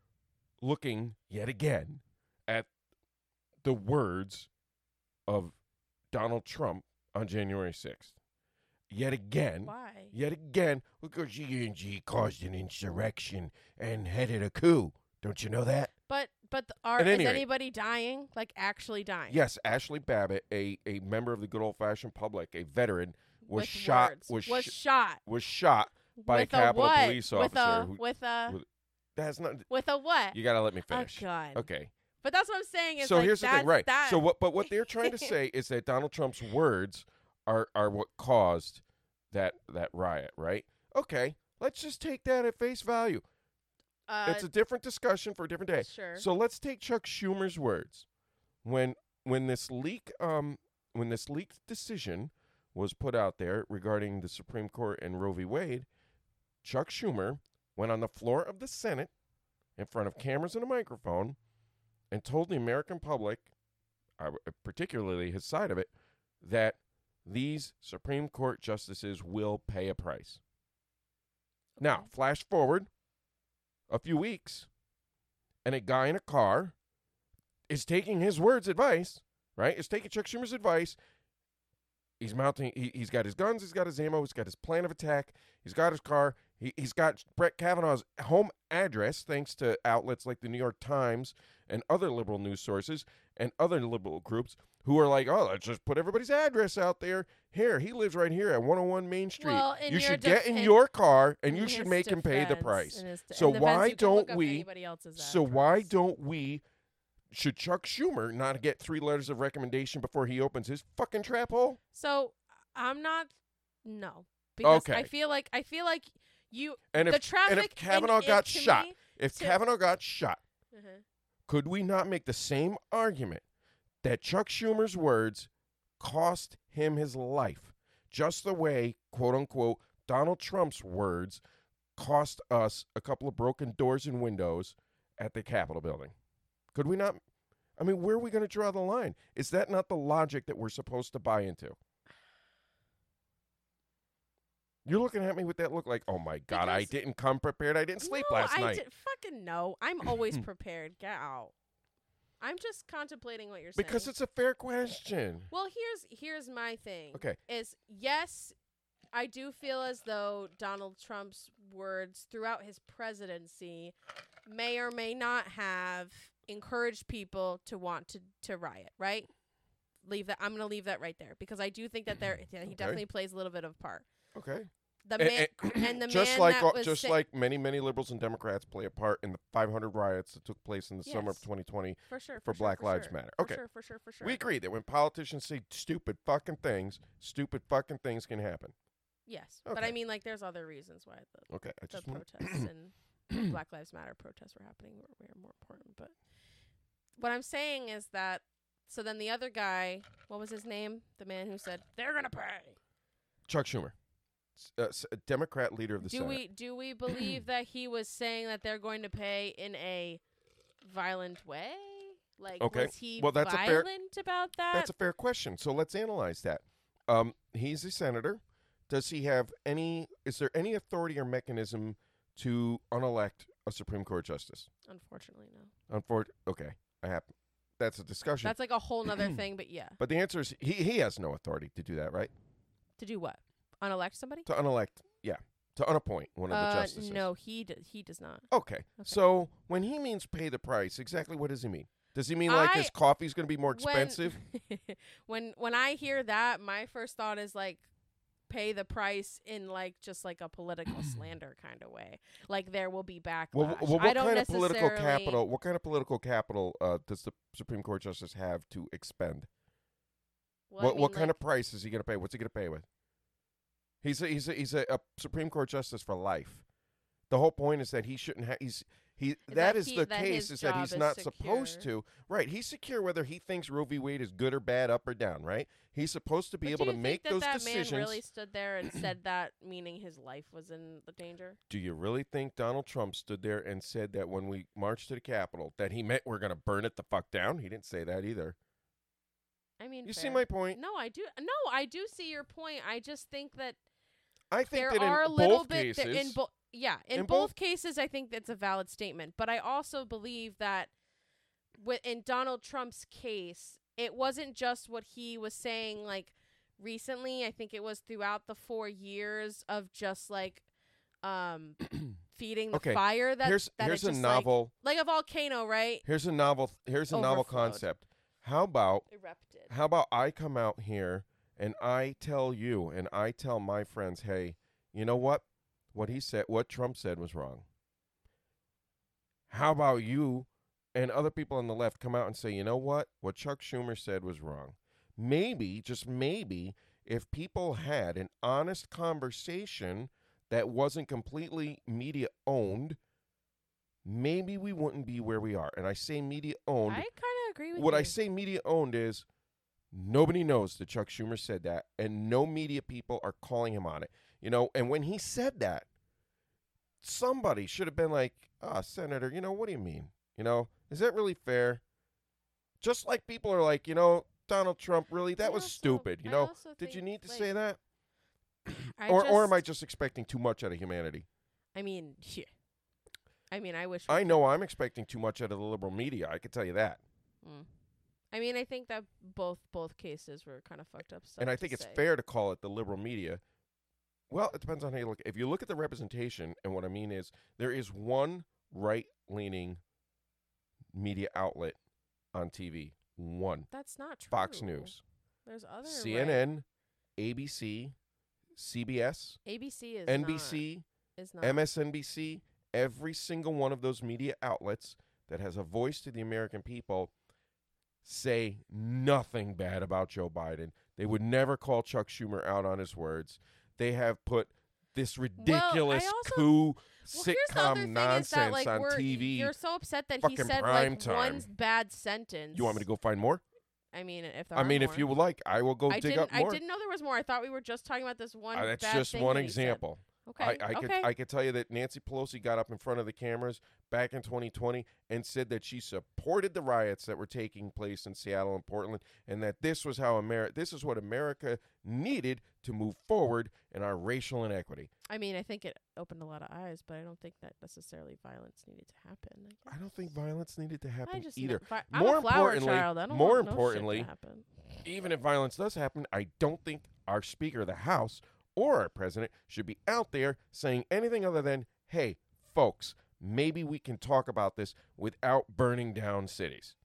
Speaker 1: looking yet again at the words of Donald Trump on January 6th. Yet again,
Speaker 2: Why?
Speaker 1: yet again, because G caused an insurrection and headed a coup. Don't you know that?
Speaker 2: But but the, are
Speaker 1: At any
Speaker 2: is
Speaker 1: rate-
Speaker 2: anybody dying? Like actually dying?
Speaker 1: Yes, Ashley Babbitt, a, a member of the good old fashioned public, a veteran, was
Speaker 2: With
Speaker 1: shot
Speaker 2: words.
Speaker 1: was
Speaker 2: was
Speaker 1: sh-
Speaker 2: shot
Speaker 1: was shot. by a
Speaker 2: with
Speaker 1: Capitol
Speaker 2: what?
Speaker 1: police
Speaker 2: with
Speaker 1: officer
Speaker 2: a
Speaker 1: who-
Speaker 2: with a
Speaker 1: with- That's not.
Speaker 2: with a what?
Speaker 1: You gotta let me
Speaker 2: a
Speaker 1: finish.
Speaker 2: gun.
Speaker 1: Okay.
Speaker 2: But that's what I'm saying. Is
Speaker 1: So
Speaker 2: like
Speaker 1: here's the
Speaker 2: that's,
Speaker 1: thing, right?
Speaker 2: That,
Speaker 1: So what? But what they're trying to say is that Donald Trump's words are are what caused that that riot, right? Okay. Let's just take that at face value.
Speaker 2: Uh,
Speaker 1: it's a different discussion for a different day.
Speaker 2: sure.
Speaker 1: So let's take Chuck Schumer's words when when this leak um when this leaked decision was put out there regarding the Supreme Court and Roe v. Wade, Chuck Schumer went on the floor of the Senate in front of cameras and a microphone and told the American public, uh, particularly his side of it, that these Supreme Court justices will pay a price. Now,
Speaker 2: Okay.
Speaker 1: flash forward a few weeks, and a guy in a car is taking his words advice, right? Is taking Chuck Schumer's advice. He's mounting, he, he's got his guns, he's got his ammo, he's got his plan of attack, he's got his car, he, he's got Brett Kavanaugh's home address, thanks to outlets like the New York Times and other liberal news sources and other liberal groups who are like, oh, let's just put everybody's address out there. Here, he lives right here at 101 Main Street.
Speaker 2: Well, in
Speaker 1: you
Speaker 2: your
Speaker 1: should
Speaker 2: def-
Speaker 1: get in
Speaker 2: in-
Speaker 1: your car and
Speaker 2: In
Speaker 1: you should
Speaker 2: his
Speaker 1: make him pay the
Speaker 2: defense,
Speaker 1: price.
Speaker 2: in his de-
Speaker 1: So
Speaker 2: in defense,
Speaker 1: why
Speaker 2: you can look
Speaker 1: don't
Speaker 2: up
Speaker 1: we-
Speaker 2: anybody else's ad
Speaker 1: So why
Speaker 2: price.
Speaker 1: don't we should Chuck Schumer not get three letters of recommendation before he opens his fucking trap hole?
Speaker 2: So I'm not. No, because I
Speaker 1: Okay.
Speaker 2: feel like I feel like you.
Speaker 1: And
Speaker 2: the
Speaker 1: if
Speaker 2: traffic. in-
Speaker 1: Kavanaugh
Speaker 2: it-
Speaker 1: got
Speaker 2: to
Speaker 1: shot,
Speaker 2: me-
Speaker 1: if
Speaker 2: to-
Speaker 1: Kavanaugh got shot,
Speaker 2: Uh-huh.
Speaker 1: could we not make the same argument that Chuck Schumer's words cost him his life, just the way quote unquote Donald Trump's words cost us a couple of broken doors and windows at the Capitol building? Could we not? I mean, where are we going to draw the line? Is that not the logic that we're supposed to buy into? You're looking at me with that look like, oh my God, I
Speaker 2: Because-
Speaker 1: didn't come prepared. I didn't sleep
Speaker 2: No,
Speaker 1: last
Speaker 2: I
Speaker 1: night.
Speaker 2: Did, fucking no. I'm always prepared. Get out. I'm just contemplating what you're saying.
Speaker 1: Because it's a fair question.
Speaker 2: well, here's here's my thing.
Speaker 1: Okay.
Speaker 2: Is yes, I do feel as though Donald Trump's words throughout his presidency may or may not have encouraged people to want to to riot. Right. Leave that. I'm gonna leave that right there because I do think that there he definitely plays a little bit of a part.
Speaker 1: Okay.
Speaker 2: The
Speaker 1: A-
Speaker 2: man
Speaker 1: a-
Speaker 2: and the
Speaker 1: just
Speaker 2: man
Speaker 1: like
Speaker 2: that
Speaker 1: all-
Speaker 2: was
Speaker 1: just
Speaker 2: sa-
Speaker 1: like many many liberals and Democrats play a part in the 500 riots that took place in the summer of
Speaker 2: Yes.
Speaker 1: 2020.
Speaker 2: for sure
Speaker 1: for
Speaker 2: sure,
Speaker 1: Black Lives
Speaker 2: sure,
Speaker 1: Matter.
Speaker 2: for
Speaker 1: Okay.
Speaker 2: sure, for sure for sure.
Speaker 1: We agree that when politicians say stupid fucking things, stupid fucking things can happen.
Speaker 2: Yes, but I
Speaker 1: Okay.
Speaker 2: mean, like, there's other reasons why the,
Speaker 1: Okay, I
Speaker 2: the
Speaker 1: just want
Speaker 2: protests and Black Lives Matter protests were happening were, were more important. But what I'm saying is that so then the other guy, what was his name? The man who said they're gonna pay.
Speaker 1: Chuck Schumer, s- uh, s- a Democrat leader of the
Speaker 2: Do
Speaker 1: Senate.
Speaker 2: we do we believe that he was saying that they're going to pay in a violent way? Like,
Speaker 1: Okay,
Speaker 2: was he
Speaker 1: well, that's a fair-
Speaker 2: violent about that?
Speaker 1: That's a fair question. So let's analyze that. Um, he's a senator. Does he have any? Is there any authority or mechanism to unelect a Supreme Court justice?
Speaker 2: Unfortunately, no.
Speaker 1: Unfortunately, okay, I have. That's a discussion.
Speaker 2: That's like a whole nother thing. But yeah,
Speaker 1: But the answer is he, he has no authority to do that, right?
Speaker 2: to do what? Unelect somebody?
Speaker 1: To unelect, yeah, to unappoint one of the
Speaker 2: Uh,
Speaker 1: justices.
Speaker 2: no, he d- he does not.
Speaker 1: Okay. So when he means pay the price, exactly what does he mean? Does he mean like
Speaker 2: I-
Speaker 1: his coffee's going to be more
Speaker 2: when-
Speaker 1: expensive?
Speaker 2: when when I hear that, my first thought is like pay the price in like just like a political slander kind of way. Like there will be backlash.
Speaker 1: Well, w- well,
Speaker 2: I
Speaker 1: what
Speaker 2: don't
Speaker 1: kind of political
Speaker 2: necessarily-
Speaker 1: capital? What kind of political capital uh, does the Supreme Court justice have to expend?
Speaker 2: Well, I
Speaker 1: what
Speaker 2: mean,
Speaker 1: what kind
Speaker 2: like,
Speaker 1: of price is he going to pay? What's he going to pay with? He's a, he's a, he's a, a Supreme Court justice for life. The whole point is that he shouldn't have. He's he.
Speaker 2: that
Speaker 1: that is
Speaker 2: he-
Speaker 1: the
Speaker 2: that
Speaker 1: case.
Speaker 2: his
Speaker 1: Is that
Speaker 2: job
Speaker 1: he's
Speaker 2: is
Speaker 1: not supposed
Speaker 2: secure.
Speaker 1: to. Right. He's secure whether he thinks Roe v. Wade is good or bad, up or down. Right. He's supposed to be
Speaker 2: but
Speaker 1: able
Speaker 2: do
Speaker 1: to
Speaker 2: you
Speaker 1: make
Speaker 2: think that
Speaker 1: those
Speaker 2: that
Speaker 1: decisions.
Speaker 2: man really stood there and said that, meaning his life was in the danger?
Speaker 1: Do you really think Donald Trump stood there and said that when we marched to the Capitol that he meant we're going to burn it the fuck down? He didn't say that either.
Speaker 2: I mean,
Speaker 1: You see
Speaker 2: fair.
Speaker 1: my point?
Speaker 2: No, I do. No, I do see your point. I just think that
Speaker 1: I think
Speaker 2: there
Speaker 1: that
Speaker 2: are a
Speaker 1: in
Speaker 2: little
Speaker 1: both
Speaker 2: bit
Speaker 1: cases,
Speaker 2: that in both. Yeah, in,
Speaker 1: in
Speaker 2: both,
Speaker 1: both-
Speaker 2: cases, I think that's a valid statement. But I also believe that wi- in Donald Trump's case, it wasn't just what he was saying like recently. I think it was throughout the four years of just like um feeding the
Speaker 1: Okay,
Speaker 2: fire that
Speaker 1: here's
Speaker 2: that it
Speaker 1: here's a
Speaker 2: just,
Speaker 1: novel.
Speaker 2: like, like a volcano, right?
Speaker 1: here's a novel. Here's a novel
Speaker 2: Overflowed.
Speaker 1: concept. How about
Speaker 2: Erupted.
Speaker 1: how about I come out here and I tell you and I tell my friends, hey, you know what? What he said, what Trump said was wrong. How about you and other people on the left come out and say, you know what? What Chuck Schumer said was wrong. Maybe, just maybe, if people had an honest conversation that wasn't completely media owned, maybe we wouldn't be where we are. And I say media
Speaker 2: I
Speaker 1: owned
Speaker 2: kind of agree with
Speaker 1: what
Speaker 2: you.
Speaker 1: I say media owned is nobody knows that Chuck Schumer said that, and no media people are calling him on it. You know, and when he said that, somebody should have been like, ah, Senator, you know, what do you mean? You know, is that really fair? Just like people are like, you know, Donald Trump, really, that
Speaker 2: I
Speaker 1: was
Speaker 2: also-
Speaker 1: stupid. You
Speaker 2: I
Speaker 1: know,
Speaker 2: also
Speaker 1: did you
Speaker 2: think,
Speaker 1: need to
Speaker 2: like,
Speaker 1: say that?
Speaker 2: I
Speaker 1: Or, or am I
Speaker 2: just-
Speaker 1: just expecting too much out of humanity?
Speaker 2: I mean, yeah. I mean, I wish. we
Speaker 1: I know I'm expecting too much out of the liberal media. I can tell you that.
Speaker 2: Mm. I mean, I think that both both cases were kind of fucked up stuff.
Speaker 1: and I
Speaker 2: to
Speaker 1: think it's
Speaker 2: say.
Speaker 1: fair to call it the liberal media. Well, it depends on how you look. If you look at the representation, and what I mean is, there is one right leaning media outlet on TV. One
Speaker 2: That's not true.
Speaker 1: Fox News,
Speaker 2: There's other right-
Speaker 1: CNN, ABC, CBS,
Speaker 2: ABC is
Speaker 1: NBC,
Speaker 2: Not, is not.
Speaker 1: MSNBC, every single one of those media outlets that has a voice to the American people say nothing bad about Joe Biden. They would never call Chuck Schumer out on his words. They have put this ridiculous
Speaker 2: also-
Speaker 1: coup
Speaker 2: well,
Speaker 1: sitcom
Speaker 2: here's the other thing
Speaker 1: nonsense
Speaker 2: is that like
Speaker 1: on
Speaker 2: we're,
Speaker 1: TV.
Speaker 2: you're so upset that he
Speaker 1: fucking
Speaker 2: said
Speaker 1: prime
Speaker 2: like one
Speaker 1: time.
Speaker 2: bad sentence.
Speaker 1: You want me to go find more?
Speaker 2: I mean, if there
Speaker 1: I
Speaker 2: are
Speaker 1: mean,
Speaker 2: more.
Speaker 1: if you would like, I will go
Speaker 2: I
Speaker 1: dig
Speaker 2: didn't.
Speaker 1: up more.
Speaker 2: I didn't know there was more. I thought we were just talking about this one.
Speaker 1: Uh, that's
Speaker 2: bad
Speaker 1: just
Speaker 2: thing
Speaker 1: one
Speaker 2: that he said.
Speaker 1: example.
Speaker 2: Okay.
Speaker 1: I, I
Speaker 2: okay.
Speaker 1: could I could tell you that Nancy Pelosi got up in front of the cameras back in 2020 and said that she supported the riots that were taking place in Seattle and Portland, and that this was how America this is what America needed to move forward in our racial inequity.
Speaker 2: I mean, I think it opened a lot of eyes, but I don't think that necessarily violence needed to happen.
Speaker 1: I don't think violence needed to happen
Speaker 2: I just
Speaker 1: either.
Speaker 2: Know, vi-
Speaker 1: More
Speaker 2: I'm a flower
Speaker 1: importantly-
Speaker 2: child. I don't
Speaker 1: more
Speaker 2: want no shit to
Speaker 1: importantly-
Speaker 2: happen.
Speaker 1: Even if violence does happen, I don't think our Speaker of the House or our President should be out there saying anything other than, "Hey, folks." Maybe we can talk about this without burning down cities.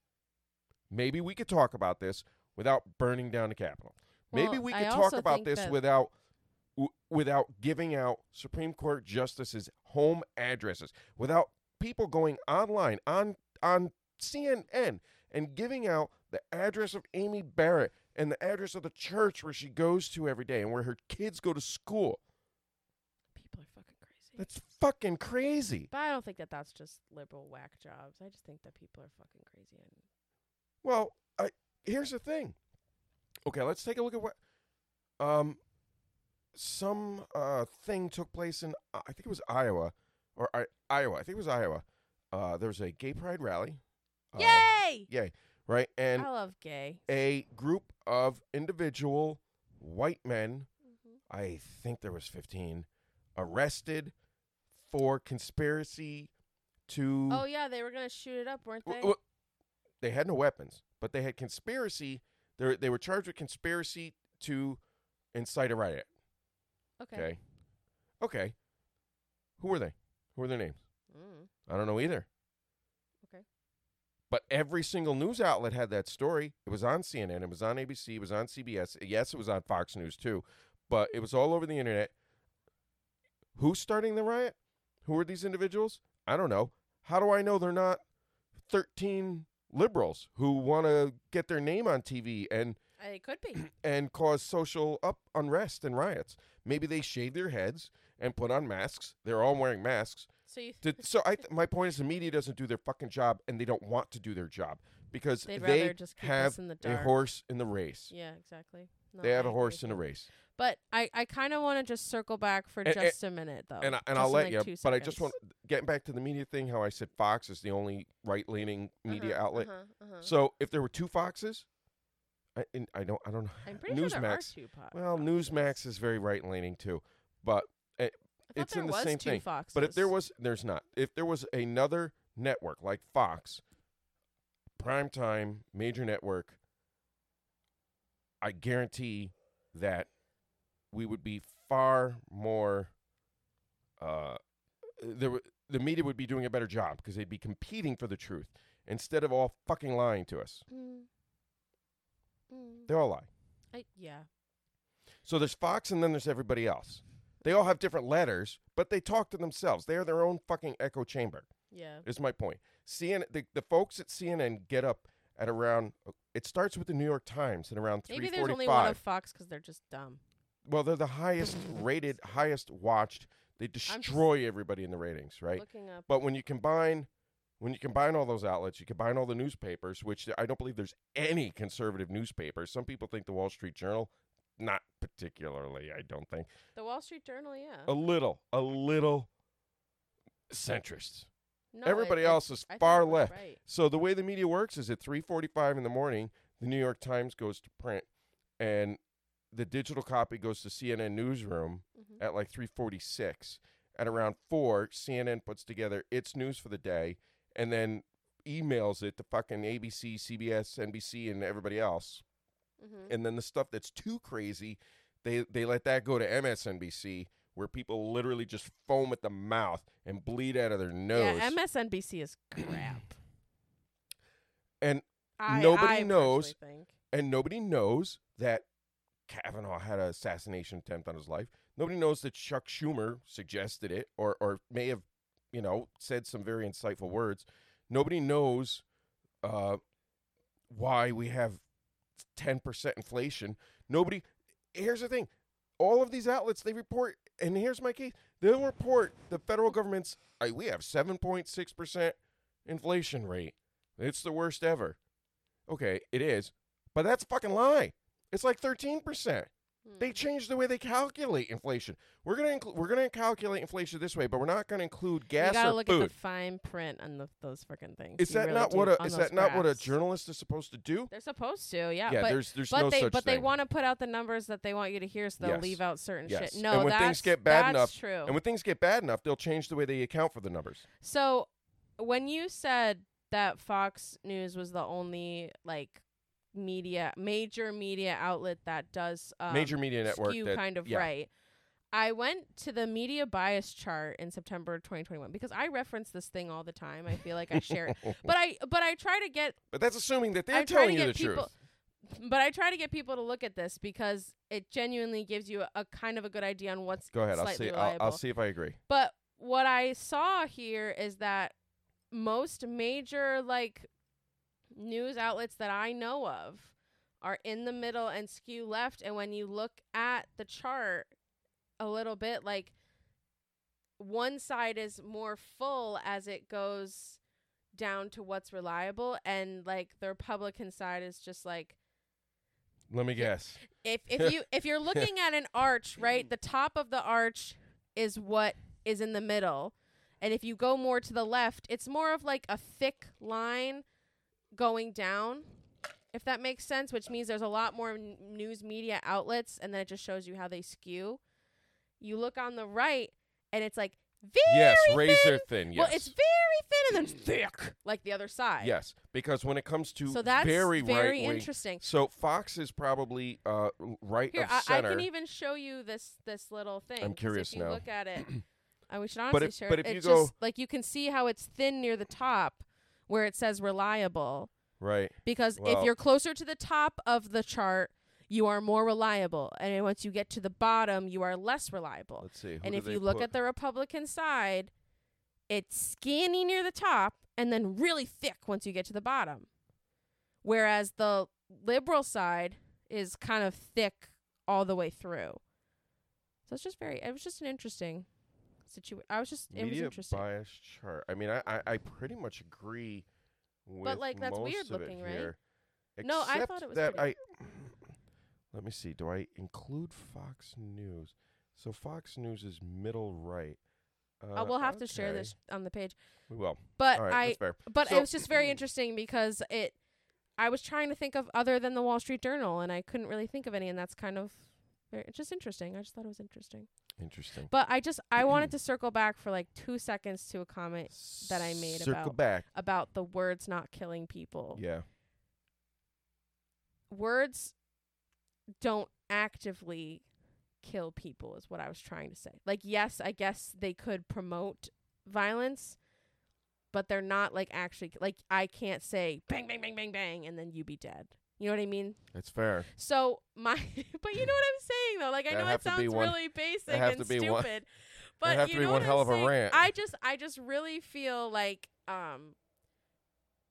Speaker 1: Maybe we could talk about this without burning down the Capitol. Maybe
Speaker 2: Well,
Speaker 1: we
Speaker 2: I
Speaker 1: could talk
Speaker 2: also
Speaker 1: about
Speaker 2: think
Speaker 1: this
Speaker 2: that-
Speaker 1: without w- without giving out Supreme Court justices' home addresses, without people going online on on CNN and giving out the address of Amy Barrett and the address of the church where she goes to every day and where her kids go to school.
Speaker 2: People are fucking crazy.
Speaker 1: That's fucking crazy.
Speaker 2: but I don't think that that's just liberal whack jobs. I just think that people are fucking crazy. And
Speaker 1: Well, I, here's the thing. Okay, let's take a look at what. Um, some uh thing took place in uh, I think it was Iowa, or I, Iowa. I think it was Iowa. Uh, there was a gay pride rally. uh,
Speaker 2: Yay! Oh.
Speaker 1: Yay! Right, and
Speaker 2: I love gay.
Speaker 1: a group of individual white men. I think there was fifteen arrested for conspiracy to.
Speaker 2: Oh yeah, they were gonna shoot it up, weren't they?
Speaker 1: W- w- they had no weapons, but they had conspiracy. They they were charged with conspiracy to incite a riot.
Speaker 2: okay.
Speaker 1: Okay. Okay. Who were they? Who were their names?
Speaker 2: Mm.
Speaker 1: I don't know either.
Speaker 2: Okay.
Speaker 1: But every single news outlet had that story. It was on CNN. It was on ABC. It was on CBS. Yes, it was on Fox News too, but it was all over the internet. Who's starting the riot? Who are these individuals? I don't know. How do I know they're not 13 liberals who want to get their name on TV and
Speaker 2: Uh, It could be.
Speaker 1: and cause social up unrest and riots? Maybe they shave their heads and put on masks. They're all wearing masks.
Speaker 2: So you.
Speaker 1: Did, so I th- my point is the media doesn't do their fucking job and they don't want to do their job because
Speaker 2: They'd
Speaker 1: they
Speaker 2: rather just keep us
Speaker 1: have
Speaker 2: in the
Speaker 1: a
Speaker 2: dark.
Speaker 1: horse in the race.
Speaker 2: yeah, exactly. No,
Speaker 1: they have
Speaker 2: I
Speaker 1: a
Speaker 2: agree
Speaker 1: horse
Speaker 2: with
Speaker 1: in the
Speaker 2: you.
Speaker 1: race.
Speaker 2: But I, I kind of want to just circle back for
Speaker 1: And- and-
Speaker 2: just a minute though,
Speaker 1: and I, and
Speaker 2: Oh, just
Speaker 1: I'll
Speaker 2: in,
Speaker 1: let
Speaker 2: like,
Speaker 1: you
Speaker 2: two
Speaker 1: but I just
Speaker 2: seconds.
Speaker 1: want getting back to the media thing how I said Fox is the only right-leaning media
Speaker 2: Uh-huh,
Speaker 1: outlet.
Speaker 2: uh-huh, uh-huh.
Speaker 1: So if there were two Foxes, I, and I don't. I don't know.
Speaker 2: I'm pretty sure there are
Speaker 1: Newsmax-
Speaker 2: two Fox.
Speaker 1: Well, Newsmax is very right leaning too, but
Speaker 2: I thought
Speaker 1: it's
Speaker 2: there
Speaker 1: in the
Speaker 2: was
Speaker 1: same
Speaker 2: two
Speaker 1: thing,
Speaker 2: Foxes.
Speaker 1: but if there was, there's not. If there was another network like Fox, prime time major network, I guarantee that we would be far more. Uh, there, w- the media would be doing a better job because they'd be competing for the truth instead of all fucking lying to us.
Speaker 2: Mm. Mm.
Speaker 1: They all lie.
Speaker 2: I, yeah.
Speaker 1: So there's Fox and then there's everybody else. They all have different letters, but they talk to themselves. They are their own fucking echo chamber.
Speaker 2: Yeah.
Speaker 1: Is my point. CNN, the, the folks at CNN get up at around. uh, It starts with the New York Times at around three
Speaker 2: Maybe there's
Speaker 1: forty-five.
Speaker 2: only one of Fox 'cause they're just dumb.
Speaker 1: well, they're the highest rated, highest watched. They
Speaker 2: just-
Speaker 1: destroy everybody in the ratings, right?
Speaker 2: Looking up.
Speaker 1: But when you combine, when you combine all those outlets, you combine all the newspapers, which I don't believe there's any conservative newspaper. Some people think the Wall Street Journal, not particularly. I don't think.
Speaker 2: The Wall Street Journal, yeah.
Speaker 1: a little, a little centrist.
Speaker 2: No,
Speaker 1: Everybody
Speaker 2: I- I-
Speaker 1: else is
Speaker 2: I think
Speaker 1: far
Speaker 2: you were
Speaker 1: left.
Speaker 2: right.
Speaker 1: So the way the media works is at 3:45 in the morning, the New York Times goes to print, and the digital copy goes to CNN newsroom
Speaker 2: Mhm.
Speaker 1: at like 3:46. At around four, CNN puts together its news for the day, and then emails it to fucking ABC, CBS, NBC, and everybody else.
Speaker 2: Mhm.
Speaker 1: And then the stuff that's too crazy, they they let that go to MSNBC, where people literally just foam at the mouth and bleed out of their nose.
Speaker 2: Yeah, MSNBC is crap.
Speaker 1: And
Speaker 2: I,
Speaker 1: nobody
Speaker 2: I personally
Speaker 1: knows.
Speaker 2: Think.
Speaker 1: and nobody knows that Kavanaugh had an assassination attempt on his life. Nobody knows that Chuck Schumer suggested it, or or may have, you know, said some very insightful words. Nobody knows uh, why we have ten percent inflation. Nobody. Here's the thing: all of these outlets they report, and here's my case: they'll report the federal government's. I, we have seven point six percent inflation rate. It's the worst ever. Okay, it is, but that's a fucking lie. It's like thirteen percent. They
Speaker 2: Mm.
Speaker 1: changed the way they calculate inflation. We're gonna inclu- we're gonna calculate inflation this way, but we're not gonna include
Speaker 2: you
Speaker 1: gas
Speaker 2: gotta
Speaker 1: or
Speaker 2: look
Speaker 1: food.
Speaker 2: at the fine print on the, those freaking things.
Speaker 1: is
Speaker 2: You
Speaker 1: that
Speaker 2: really
Speaker 1: not
Speaker 2: do
Speaker 1: what a
Speaker 2: on
Speaker 1: is
Speaker 2: those
Speaker 1: that not what a
Speaker 2: graphs.
Speaker 1: journalist is supposed to do?
Speaker 2: They're supposed to, yeah.
Speaker 1: yeah,
Speaker 2: but
Speaker 1: there's there's
Speaker 2: but
Speaker 1: no
Speaker 2: they
Speaker 1: such
Speaker 2: but
Speaker 1: thing.
Speaker 2: they want to put out the numbers that they want you to hear, so they'll
Speaker 1: Yes.
Speaker 2: leave out certain
Speaker 1: Yes.
Speaker 2: shit. No,
Speaker 1: And when
Speaker 2: that's
Speaker 1: things get bad
Speaker 2: that's
Speaker 1: enough-
Speaker 2: true.
Speaker 1: and when things get bad enough, they'll change the way they account for the numbers.
Speaker 2: so when you said that Fox News was the only like media major media outlet that does um,
Speaker 1: Major media network
Speaker 2: skew
Speaker 1: that
Speaker 2: kind of
Speaker 1: yeah.
Speaker 2: right. I went to the media bias chart in September 2021 because I reference this thing all the time. I feel like I share it, but I but I try to get
Speaker 1: But that's assuming that they're
Speaker 2: I'm
Speaker 1: telling
Speaker 2: trying to
Speaker 1: you the
Speaker 2: get people-
Speaker 1: truth.
Speaker 2: but I try to get people to look at this because it genuinely gives you a, a kind of a good idea on what's
Speaker 1: Go ahead. I'll
Speaker 2: slightly
Speaker 1: see. I'll,
Speaker 2: reliable.
Speaker 1: I'll see if I agree.
Speaker 2: But what I saw here is that most major like news outlets that I know of are in the middle and skew left and when you look at the chart a little bit like one side is more full as it goes down to what's reliable and like the Republican side is just like
Speaker 1: Let me guess.
Speaker 2: if if you if you're looking at an arch, right, the top of the arch is what is in the middle. And if you go more to the left, it's more of like a thick line going down. If that makes sense, which means there's a lot more n- news media outlets and then it just shows you how they skew. You look on the right and it's like very
Speaker 1: yes,
Speaker 2: thin.
Speaker 1: razor thin. Yes.
Speaker 2: Well, it's very thin and then thick like the other side.
Speaker 1: yes, because when it comes to
Speaker 2: So that's
Speaker 1: very,
Speaker 2: very,
Speaker 1: right wing,
Speaker 2: interesting.
Speaker 1: so Fox is probably uh, right
Speaker 2: Here,
Speaker 1: of
Speaker 2: I, I
Speaker 1: center.
Speaker 2: can even show you this this little thing. 'cause
Speaker 1: curious
Speaker 2: if you
Speaker 1: now.
Speaker 2: Look at it. and we should honestly
Speaker 1: if-
Speaker 2: share
Speaker 1: but
Speaker 2: it.
Speaker 1: if you
Speaker 2: It's
Speaker 1: go-
Speaker 2: just like you can see how it's thin near the top, where it says reliable.
Speaker 1: right.
Speaker 2: Because
Speaker 1: Well-
Speaker 2: if you're closer to the top of the chart, you are more reliable, and then once you get to the bottom, you are less reliable.
Speaker 1: Let's see. Who
Speaker 2: and
Speaker 1: do
Speaker 2: if
Speaker 1: they
Speaker 2: you look
Speaker 1: put?
Speaker 2: at the Republican side, it's skinny near the top and then really thick once you get to the bottom. Whereas the liberal side is kind of thick all the way through. So it's just very it was just an interesting situation. I was just it was
Speaker 1: media
Speaker 2: interesting.
Speaker 1: bias chart. I mean, I, I, I pretty much agree with
Speaker 2: like, that's
Speaker 1: most
Speaker 2: weird
Speaker 1: of it
Speaker 2: looking, right?
Speaker 1: here,
Speaker 2: No, I
Speaker 1: except
Speaker 2: thought it was
Speaker 1: that I
Speaker 2: pretty-
Speaker 1: Let me see. Do I include Fox News? So Fox News is middle right.
Speaker 2: I
Speaker 1: Uh,
Speaker 2: will have to share
Speaker 1: okay.
Speaker 2: this on the page.
Speaker 1: We will.
Speaker 2: But
Speaker 1: All right,
Speaker 2: I
Speaker 1: that's fair.
Speaker 2: but
Speaker 1: So-
Speaker 2: it was just very interesting because it I was trying to think of other than the Wall Street Journal, and I couldn't really think of any. And that's kind of very, just interesting. I just thought it was interesting.
Speaker 1: Interesting.
Speaker 2: But I just I wanted to circle back for like two seconds to a comment that I made
Speaker 1: Circle
Speaker 2: about-
Speaker 1: back.
Speaker 2: about the words not killing people.
Speaker 1: Yeah.
Speaker 2: Words don't actively kill people is what I was trying to say. Like yes, I guess they could promote violence, but they're not like actually like I can't say bang bang bang bang bang and then you be dead. You know what I mean?
Speaker 1: That's fair.
Speaker 2: So my, but you know what I'm saying though. Like I
Speaker 1: There
Speaker 2: know
Speaker 1: have
Speaker 2: it
Speaker 1: to be
Speaker 2: sounds
Speaker 1: one-
Speaker 2: really basic
Speaker 1: have
Speaker 2: and
Speaker 1: to be
Speaker 2: stupid,
Speaker 1: one-
Speaker 2: but
Speaker 1: have
Speaker 2: you
Speaker 1: to be
Speaker 2: know
Speaker 1: one
Speaker 2: what
Speaker 1: hell
Speaker 2: I'm
Speaker 1: of a
Speaker 2: saying?
Speaker 1: rant.
Speaker 2: I just, I just really feel like, um,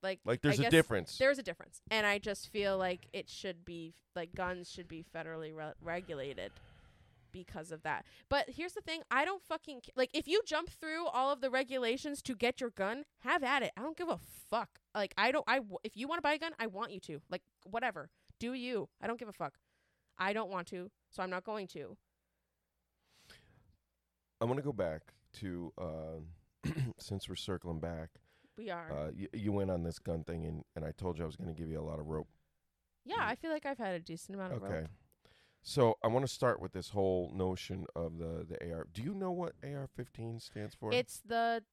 Speaker 2: like
Speaker 1: Like
Speaker 2: I
Speaker 1: there's a
Speaker 2: guess
Speaker 1: difference.
Speaker 2: There's a difference, and I just feel like it should be like guns should be federally re- regulated because of that. But here's the thing: I don't fucking ca- like if you jump through all of the regulations to get your gun. Have at it. I don't give a fuck. Like I don't. I w- if you want to buy a gun, I want you to. Like whatever. Do you? I don't give a fuck. I don't want to, so I'm not going to.
Speaker 1: I'm gonna go back to uh, since we're circling back.
Speaker 2: We are.
Speaker 1: Uh, you, you went on this gun thing, and, and I told you I was gonna give you a lot of rope.
Speaker 2: yeah, I feel like I've had a decent amount of
Speaker 1: okay.
Speaker 2: rope.
Speaker 1: So I want to start with this whole notion of the the AR. Do you know what AR-15 stands for?
Speaker 2: It's the.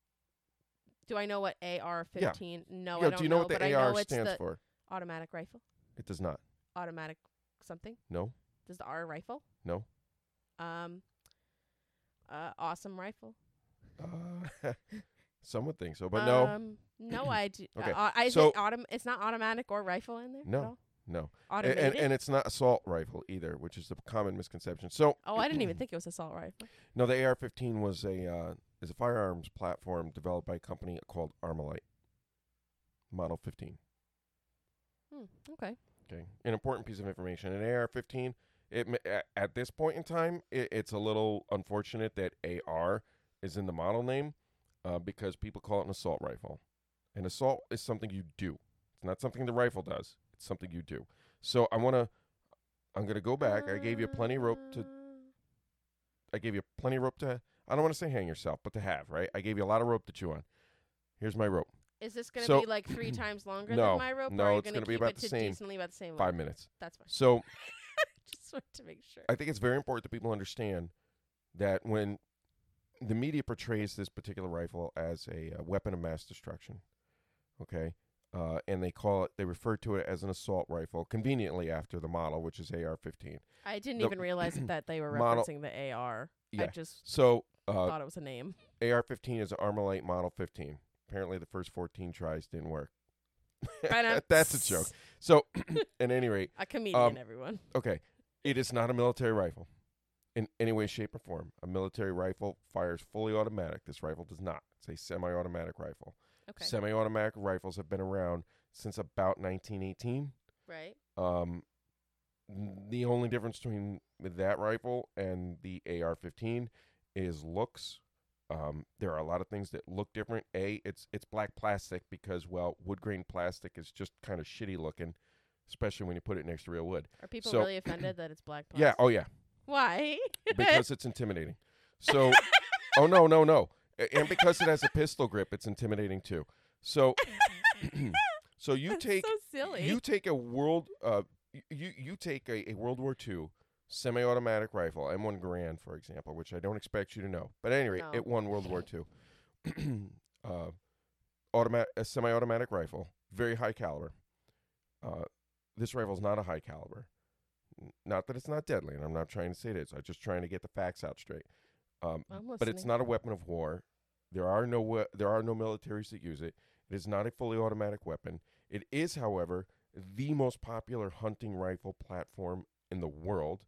Speaker 2: Do I know what AR-15? No,
Speaker 1: Yo,
Speaker 2: I don't
Speaker 1: do you know, what
Speaker 2: but
Speaker 1: the
Speaker 2: I
Speaker 1: AR
Speaker 2: know it's
Speaker 1: stands
Speaker 2: the
Speaker 1: for?
Speaker 2: automatic rifle,
Speaker 1: It does not.
Speaker 2: automatic something.
Speaker 1: No.
Speaker 2: Does the R rifle?
Speaker 1: No.
Speaker 2: Um. Uh, awesome rifle.
Speaker 1: Uh, some would think so, but no,
Speaker 2: Um, no, I do.
Speaker 1: Okay,
Speaker 2: Uh, I, is
Speaker 1: so-
Speaker 2: it autom- It's not automatic or rifle in there.
Speaker 1: No.
Speaker 2: At all?
Speaker 1: no. A-
Speaker 2: Automated.
Speaker 1: And, and it's not assault rifle either, which is the common misconception. So
Speaker 2: oh, I didn't even think it was assault rifle.
Speaker 1: no, the AR-15 was a uh, is a firearms platform developed by a company called Armalite. Model 15.
Speaker 2: Hmm, okay.
Speaker 1: Okay, an important piece of information. An AR-15. It ma- a- at this point in time, it, it's a little unfortunate that AR is in the model name uh, because people call it an assault rifle. An assault is something you do. It's not something the rifle does. It's something you do. So I want to. I'm gonna go back. I gave you plenty rope to. I gave you plenty rope to. I don't want to say hang yourself, but to have right. I gave you a lot of rope to chew on. Here's my rope.
Speaker 2: Is this going to
Speaker 1: So-
Speaker 2: be like three times longer
Speaker 1: No,
Speaker 2: than my rope?
Speaker 1: no,
Speaker 2: or are you
Speaker 1: it's
Speaker 2: going to
Speaker 1: gonna be
Speaker 2: keep
Speaker 1: about
Speaker 2: it
Speaker 1: the
Speaker 2: to
Speaker 1: same.
Speaker 2: decently about the same
Speaker 1: Five
Speaker 2: length?
Speaker 1: minutes.
Speaker 2: That's fine.
Speaker 1: So
Speaker 2: Just wanted to make sure.
Speaker 1: I think it's very important that people understand that when the media portrays this particular rifle as a, uh weapon of mass destruction, okay, uh, and they call it, they refer to it as an assault rifle, conveniently after the model, which is AR-15.
Speaker 2: I didn't
Speaker 1: the-
Speaker 2: even realize that- that they were
Speaker 1: model-
Speaker 2: referencing the AR. I
Speaker 1: Yeah.
Speaker 2: just
Speaker 1: So uh,
Speaker 2: thought it was a name.
Speaker 1: AR-15 is an Armalite Model 15. Apparently, the first 14 tries didn't work.
Speaker 2: Ba-dum.
Speaker 1: That's a joke. So, at any rate,
Speaker 2: A comedian,
Speaker 1: Um,
Speaker 2: everyone.
Speaker 1: okay, it is not a military rifle in any way, shape, or form. A military rifle fires fully automatic. This rifle does not. It's a semi automatic rifle.
Speaker 2: Okay.
Speaker 1: Semi automatic rifles have been around since about 1918.
Speaker 2: right.
Speaker 1: Um, n- the only difference between that rifle and the AR 15 is looks. Um, there are a lot of things that look different. A, it's it's black plastic because well, wood grain plastic is just kind of shitty looking, especially when you put it next to real wood.
Speaker 2: Are people
Speaker 1: So-
Speaker 2: really offended that it's black plastic?
Speaker 1: Yeah. Oh yeah.
Speaker 2: Why?
Speaker 1: because it's intimidating. So, oh no, no, no, A- and because it has a pistol grip, it's intimidating too. So, so you
Speaker 2: That's
Speaker 1: take
Speaker 2: so silly.
Speaker 1: you take a world uh y- you you take a, a World War II semi-automatic rifle M1 Garand, for example, which I don't expect you to know, but at any rate,
Speaker 2: No.
Speaker 1: it won World War II. uh, automatic a semi-automatic rifle, very high caliber. Uh, this rifle's not a high caliber. N- Not that it's not deadly, and I'm not trying to say it is. I'm just trying to get the facts out straight. Um,
Speaker 2: I'm
Speaker 1: but it's
Speaker 2: listening.
Speaker 1: not a weapon of war. There are no we- there are no militaries that use it. It is not a fully automatic weapon. It is, however, the most popular hunting rifle platform in the world.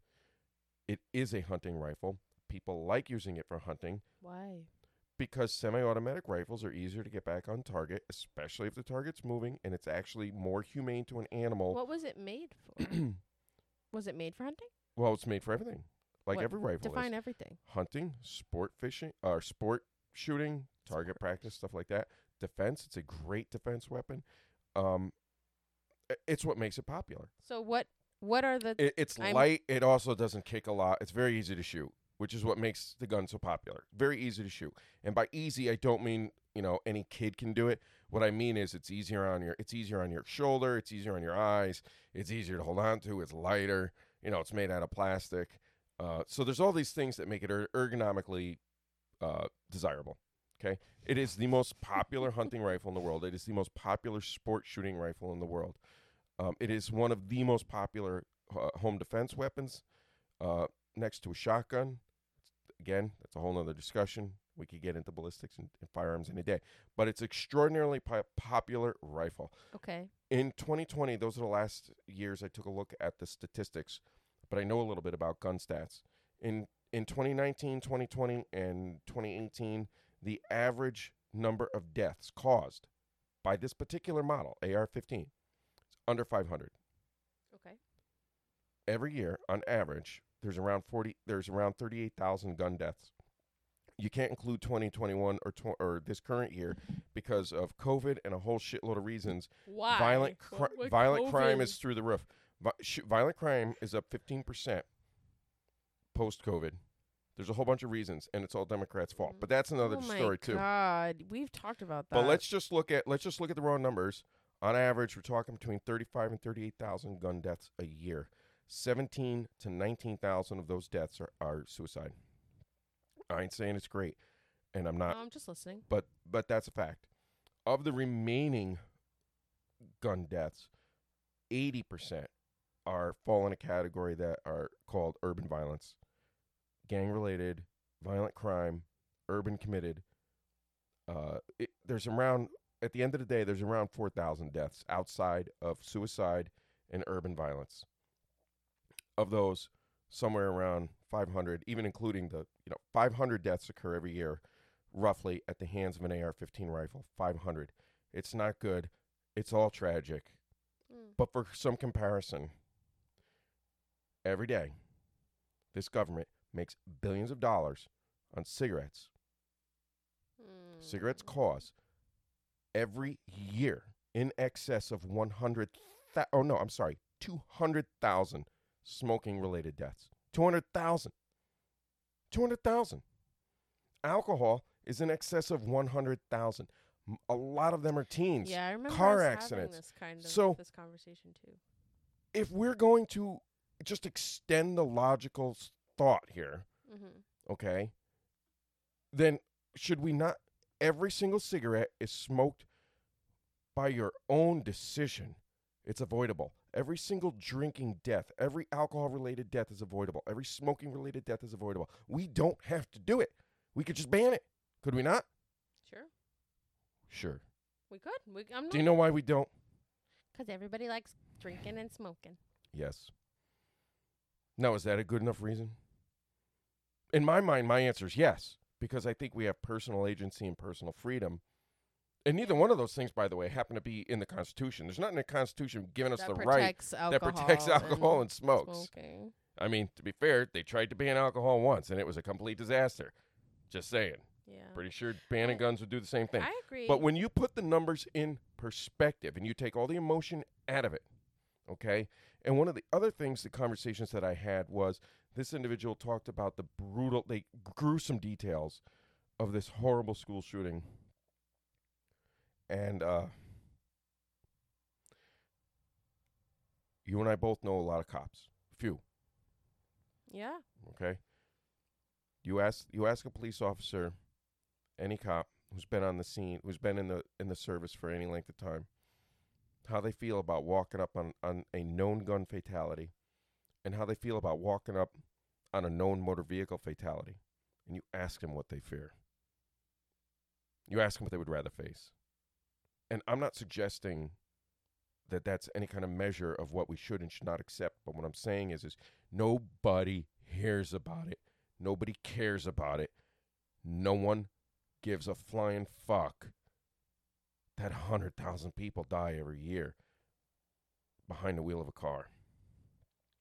Speaker 1: It is a hunting rifle. People like using it for hunting
Speaker 2: Why?
Speaker 1: because semi-automatic rifles are easier to get back on target, especially if the target's moving and it's actually more humane to an animal.
Speaker 2: What was it made for? was it made for hunting?
Speaker 1: well, it's made for everything. Like
Speaker 2: What-
Speaker 1: every rifle is.
Speaker 2: Define everything.
Speaker 1: hunting, sport fishing, or sport shooting, target
Speaker 2: Sport.
Speaker 1: practice, stuff like that. Defense, it's a great defense weapon. Um, i- it's what makes it popular.
Speaker 2: So what? What are the?
Speaker 1: It, it's
Speaker 2: I'm-
Speaker 1: light. It also doesn't kick a lot. It's very easy to shoot, which is what makes the gun so popular. Very easy to shoot, and by easy, I don't mean you you know any kid can do it. What I mean is it's easier on your it's easier on your shoulder, it's easier on your eyes, it's easier to hold on to, it's lighter. You know, it's made out of plastic. Uh, so there's all these things that make it er- ergonomically uh, desirable. Okay, it is the most popular hunting rifle in the world. It is the most popular sport shooting rifle in the world. Um, it is one of the most popular uh, home defense weapons, uh, next to a shotgun. Again, that's a whole nother discussion. We could get into ballistics and, and firearms in a day, but it's extraordinarily po- popular rifle
Speaker 2: Okay.
Speaker 1: in 2020 those are the last years i took a look at the statistics but i know a little bit about gun stats in in 2019 2020 and 2018 the average number of deaths caused by this particular model ar-15 is under 500
Speaker 2: Okay.
Speaker 1: every year on average there's around 40 there's around 38,000 gun deaths you can't include 2021 or tw- or this current year because of covid and a whole shitload of reasons
Speaker 2: Why?
Speaker 1: Violent, cri-
Speaker 2: What- what
Speaker 1: violent crime
Speaker 2: COVID?
Speaker 1: is through the roof. Vi- sh- violent crime is up 15% post COVID. There's a whole bunch of reasons, and it's all Democrats' fault. But that's another
Speaker 2: oh
Speaker 1: story
Speaker 2: my
Speaker 1: too.
Speaker 2: God, we've talked about that.
Speaker 1: But let's just look at let's just look at the raw numbers. On average, we're talking between 35 and 38,000 gun deaths a year. 17 to 19,000 of those deaths are, are suicide. I ain't saying it's great, and I'm not
Speaker 2: No, Oh, I'm just listening.
Speaker 1: but but that's a fact. Of the remaining gun deaths, eighty percent are fall in a category that are called urban violence, gang related, violent crime, urban committed. Uh, it, there's around at the end of the day, there's around four thousand deaths outside of suicide and urban violence. Of those, somewhere around five hundred, even including the you know five hundred deaths occur every year roughly at the hands of an AR-15 rifle, 500. It's not good. It's all tragic.
Speaker 2: Mm.
Speaker 1: But for some comparison, every day this government makes billions of dollars on cigarettes.
Speaker 2: Mm-hmm.
Speaker 1: Cigarettes cost every year in excess of 100 oh no, I'm sorry, 200,000 smoking related deaths. 200,000. 200,000. Alcohol is in excess of 100,000. M- A lot of them are teens.
Speaker 2: Yeah, I remember
Speaker 1: car
Speaker 2: us having
Speaker 1: accidents.
Speaker 2: This kind of
Speaker 1: So-
Speaker 2: this conversation too.
Speaker 1: If we're going to just extend the logical s- thought here,
Speaker 2: Mm-hmm.
Speaker 1: okay, then should we not? Every single cigarette is smoked by your own decision. It's avoidable. Every single drinking death, every alcohol related death is avoidable. Every smoking related death is avoidable. We don't have to do it. We could just ban it. Could we not?
Speaker 2: Sure,
Speaker 1: Sure.
Speaker 2: we could. We, I'm not
Speaker 1: Do you know why we don't?
Speaker 2: because everybody likes drinking and smoking.
Speaker 1: Yes. Now, is that a good enough reason? In my mind, my answer is yes, because I think we have personal agency and personal freedom. And neither one of those things, by the way, happen to be in the Constitution. There's nothing in the Constitution giving us
Speaker 2: that
Speaker 1: the right
Speaker 2: protects
Speaker 1: that
Speaker 2: alcohol
Speaker 1: protects alcohol and, smokes.
Speaker 2: smoking.
Speaker 1: I mean, to be fair, they tried to ban alcohol once, and it was a complete disaster. Just saying.
Speaker 2: Yeah,
Speaker 1: Pretty sure banning
Speaker 2: I-
Speaker 1: guns would do the same thing.
Speaker 2: I agree.
Speaker 1: But when you put the numbers in perspective and you take all the emotion out of it, okay? And one of the other things, the conversations that I had was this individual talked about the brutal, the gruesome details of this horrible school shooting. And uh, you and I both know a lot of cops, few
Speaker 2: yeah,
Speaker 1: okay you ask you ask a police officer any cop who's been on the scene who's been in the in the service for any length of time how they feel about walking up on, on a known gun fatality and how they feel about walking up on a known motor vehicle fatality and you ask them what they fear you ask them what they would rather face and i'm not suggesting that that's any kind of measure of what we should and should not accept but what i'm saying is is Nobody hears about it. Nobody cares about it. No one gives a flying fuck that 100,000 people die every year behind the wheel of a car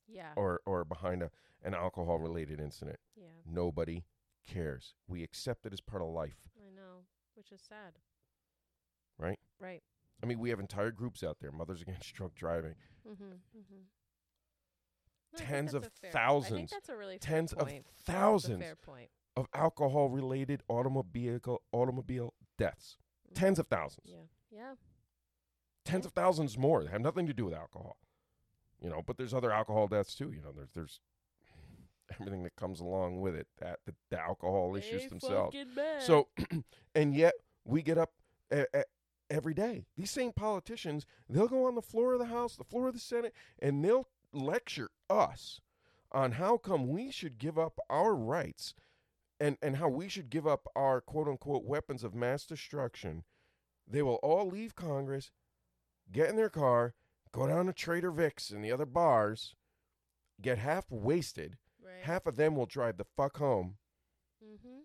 Speaker 2: yeah,
Speaker 1: or, or behind a, an alcohol related incident.
Speaker 2: yeah.
Speaker 1: Nobody cares. We accept it as part of life.
Speaker 2: I know, which is sad.
Speaker 1: Right?
Speaker 2: Right.
Speaker 1: I mean, we have entire groups out there Mothers Against Drunk Driving,
Speaker 2: Mm-hmm. Mm-hmm.
Speaker 1: Tens of
Speaker 2: I think
Speaker 1: thousands,
Speaker 2: that's a really fair
Speaker 1: tens of
Speaker 2: point. That's a
Speaker 1: thousands
Speaker 2: fair point.
Speaker 1: of alcohol related automobile automobile deaths.
Speaker 2: Mm.
Speaker 1: tens of thousands,
Speaker 2: Yeah. Yeah.
Speaker 1: tens of thousands more that have nothing to do with alcohol. You know, but there's other alcohol deaths too. You know, there's there's everything that comes along with it, that the, the alcohol issues
Speaker 2: They
Speaker 1: themselves.
Speaker 2: fucking bet.
Speaker 1: So, and yet we get up e- e- every day. These same politicians, they'll go on the floor of the House, the floor of the Senate, and they'll lecture us on how come we should give up our rights and, and how we should give up our quote unquote weapons of mass destruction. They will all leave Congress, get in their car, go down to Trader Vic's and the other bars, get half wasted.
Speaker 2: right.
Speaker 1: Half of them will drive the fuck home.
Speaker 2: mm-hmm.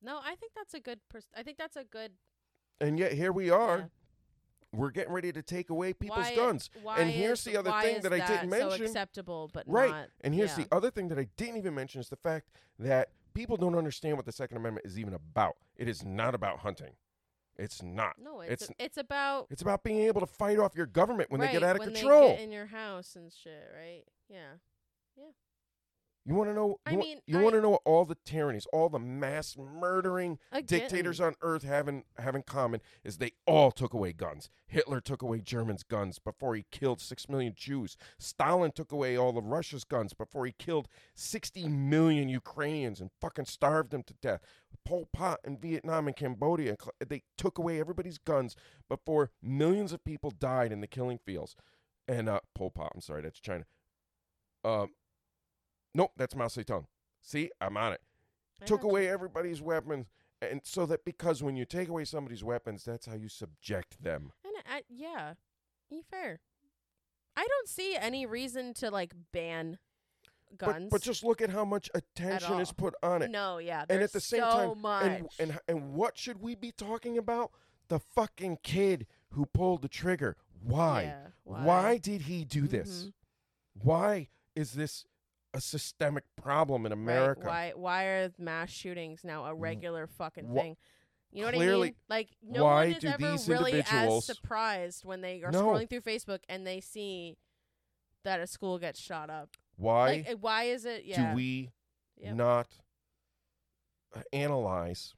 Speaker 2: No, I think that's a good pers- I think that's a good
Speaker 1: And yet here we are. we're getting ready to take away people's
Speaker 2: Why-
Speaker 1: guns.
Speaker 2: Why
Speaker 1: And here's
Speaker 2: is-
Speaker 1: the other
Speaker 2: why
Speaker 1: thing
Speaker 2: is
Speaker 1: that I didn't
Speaker 2: So
Speaker 1: mention.
Speaker 2: acceptable, but
Speaker 1: Right.
Speaker 2: not.
Speaker 1: And here's
Speaker 2: yeah.
Speaker 1: the other thing that I didn't even mention is the fact that people don't understand what the Second Amendment is even about. It is not about hunting. It's not.
Speaker 2: No, it's
Speaker 1: It's-
Speaker 2: it's, about
Speaker 1: It's about being able to fight off your government when they get
Speaker 2: right,
Speaker 1: out of
Speaker 2: when
Speaker 1: control.
Speaker 2: They get in your house and shit, right? Yeah.
Speaker 1: you want to know?
Speaker 2: I
Speaker 1: you
Speaker 2: mean,
Speaker 1: you
Speaker 2: I-
Speaker 1: want to know what all the tyrannies, all the mass murdering
Speaker 2: Again.
Speaker 1: dictators on earth have in, have in common is they all took away guns. Hitler took away Germans' guns before he killed 6 million Jews. Stalin took away all of Russia's guns before he killed 60 million Ukrainians and fucking starved them to death. Pol Pot in Vietnam and Cambodia, cl- they took away everybody's guns before millions of people died in the killing fields. And uh, Pol Pot, I'm sorry, that's China. Um, nope, that's Mao Zedong. See, I'm on it
Speaker 2: I
Speaker 1: took
Speaker 2: know.
Speaker 1: away everybody's weapons and so that because when you take away somebody's weapons that's how you subject them
Speaker 2: And I, yeah, be fair. I don't see any reason to like ban guns.
Speaker 1: But, but just look at how much attention is
Speaker 2: all.
Speaker 1: put on it
Speaker 2: no, yeah.
Speaker 1: and
Speaker 2: there's
Speaker 1: at the same
Speaker 2: so
Speaker 1: time
Speaker 2: much.
Speaker 1: and and and what should we be talking about the fucking kid who pulled the trigger why
Speaker 2: Yeah, Mm-hmm.
Speaker 1: why, did he do this why is this a systemic problem in
Speaker 2: Right,
Speaker 1: america Mm.
Speaker 2: Why? Why are mass shootings now a regular fucking
Speaker 1: Wha-
Speaker 2: thing? You know what I
Speaker 1: clearly-
Speaker 2: mean? Like no
Speaker 1: why
Speaker 2: one is
Speaker 1: do
Speaker 2: ever
Speaker 1: these
Speaker 2: really
Speaker 1: individuals-
Speaker 2: as surprised when they are
Speaker 1: No.
Speaker 2: scrolling through Facebook and they see that a school gets shot up.
Speaker 1: why
Speaker 2: like, uh, why is it? Yeah.
Speaker 1: do we
Speaker 2: Yep.
Speaker 1: not uh, analyze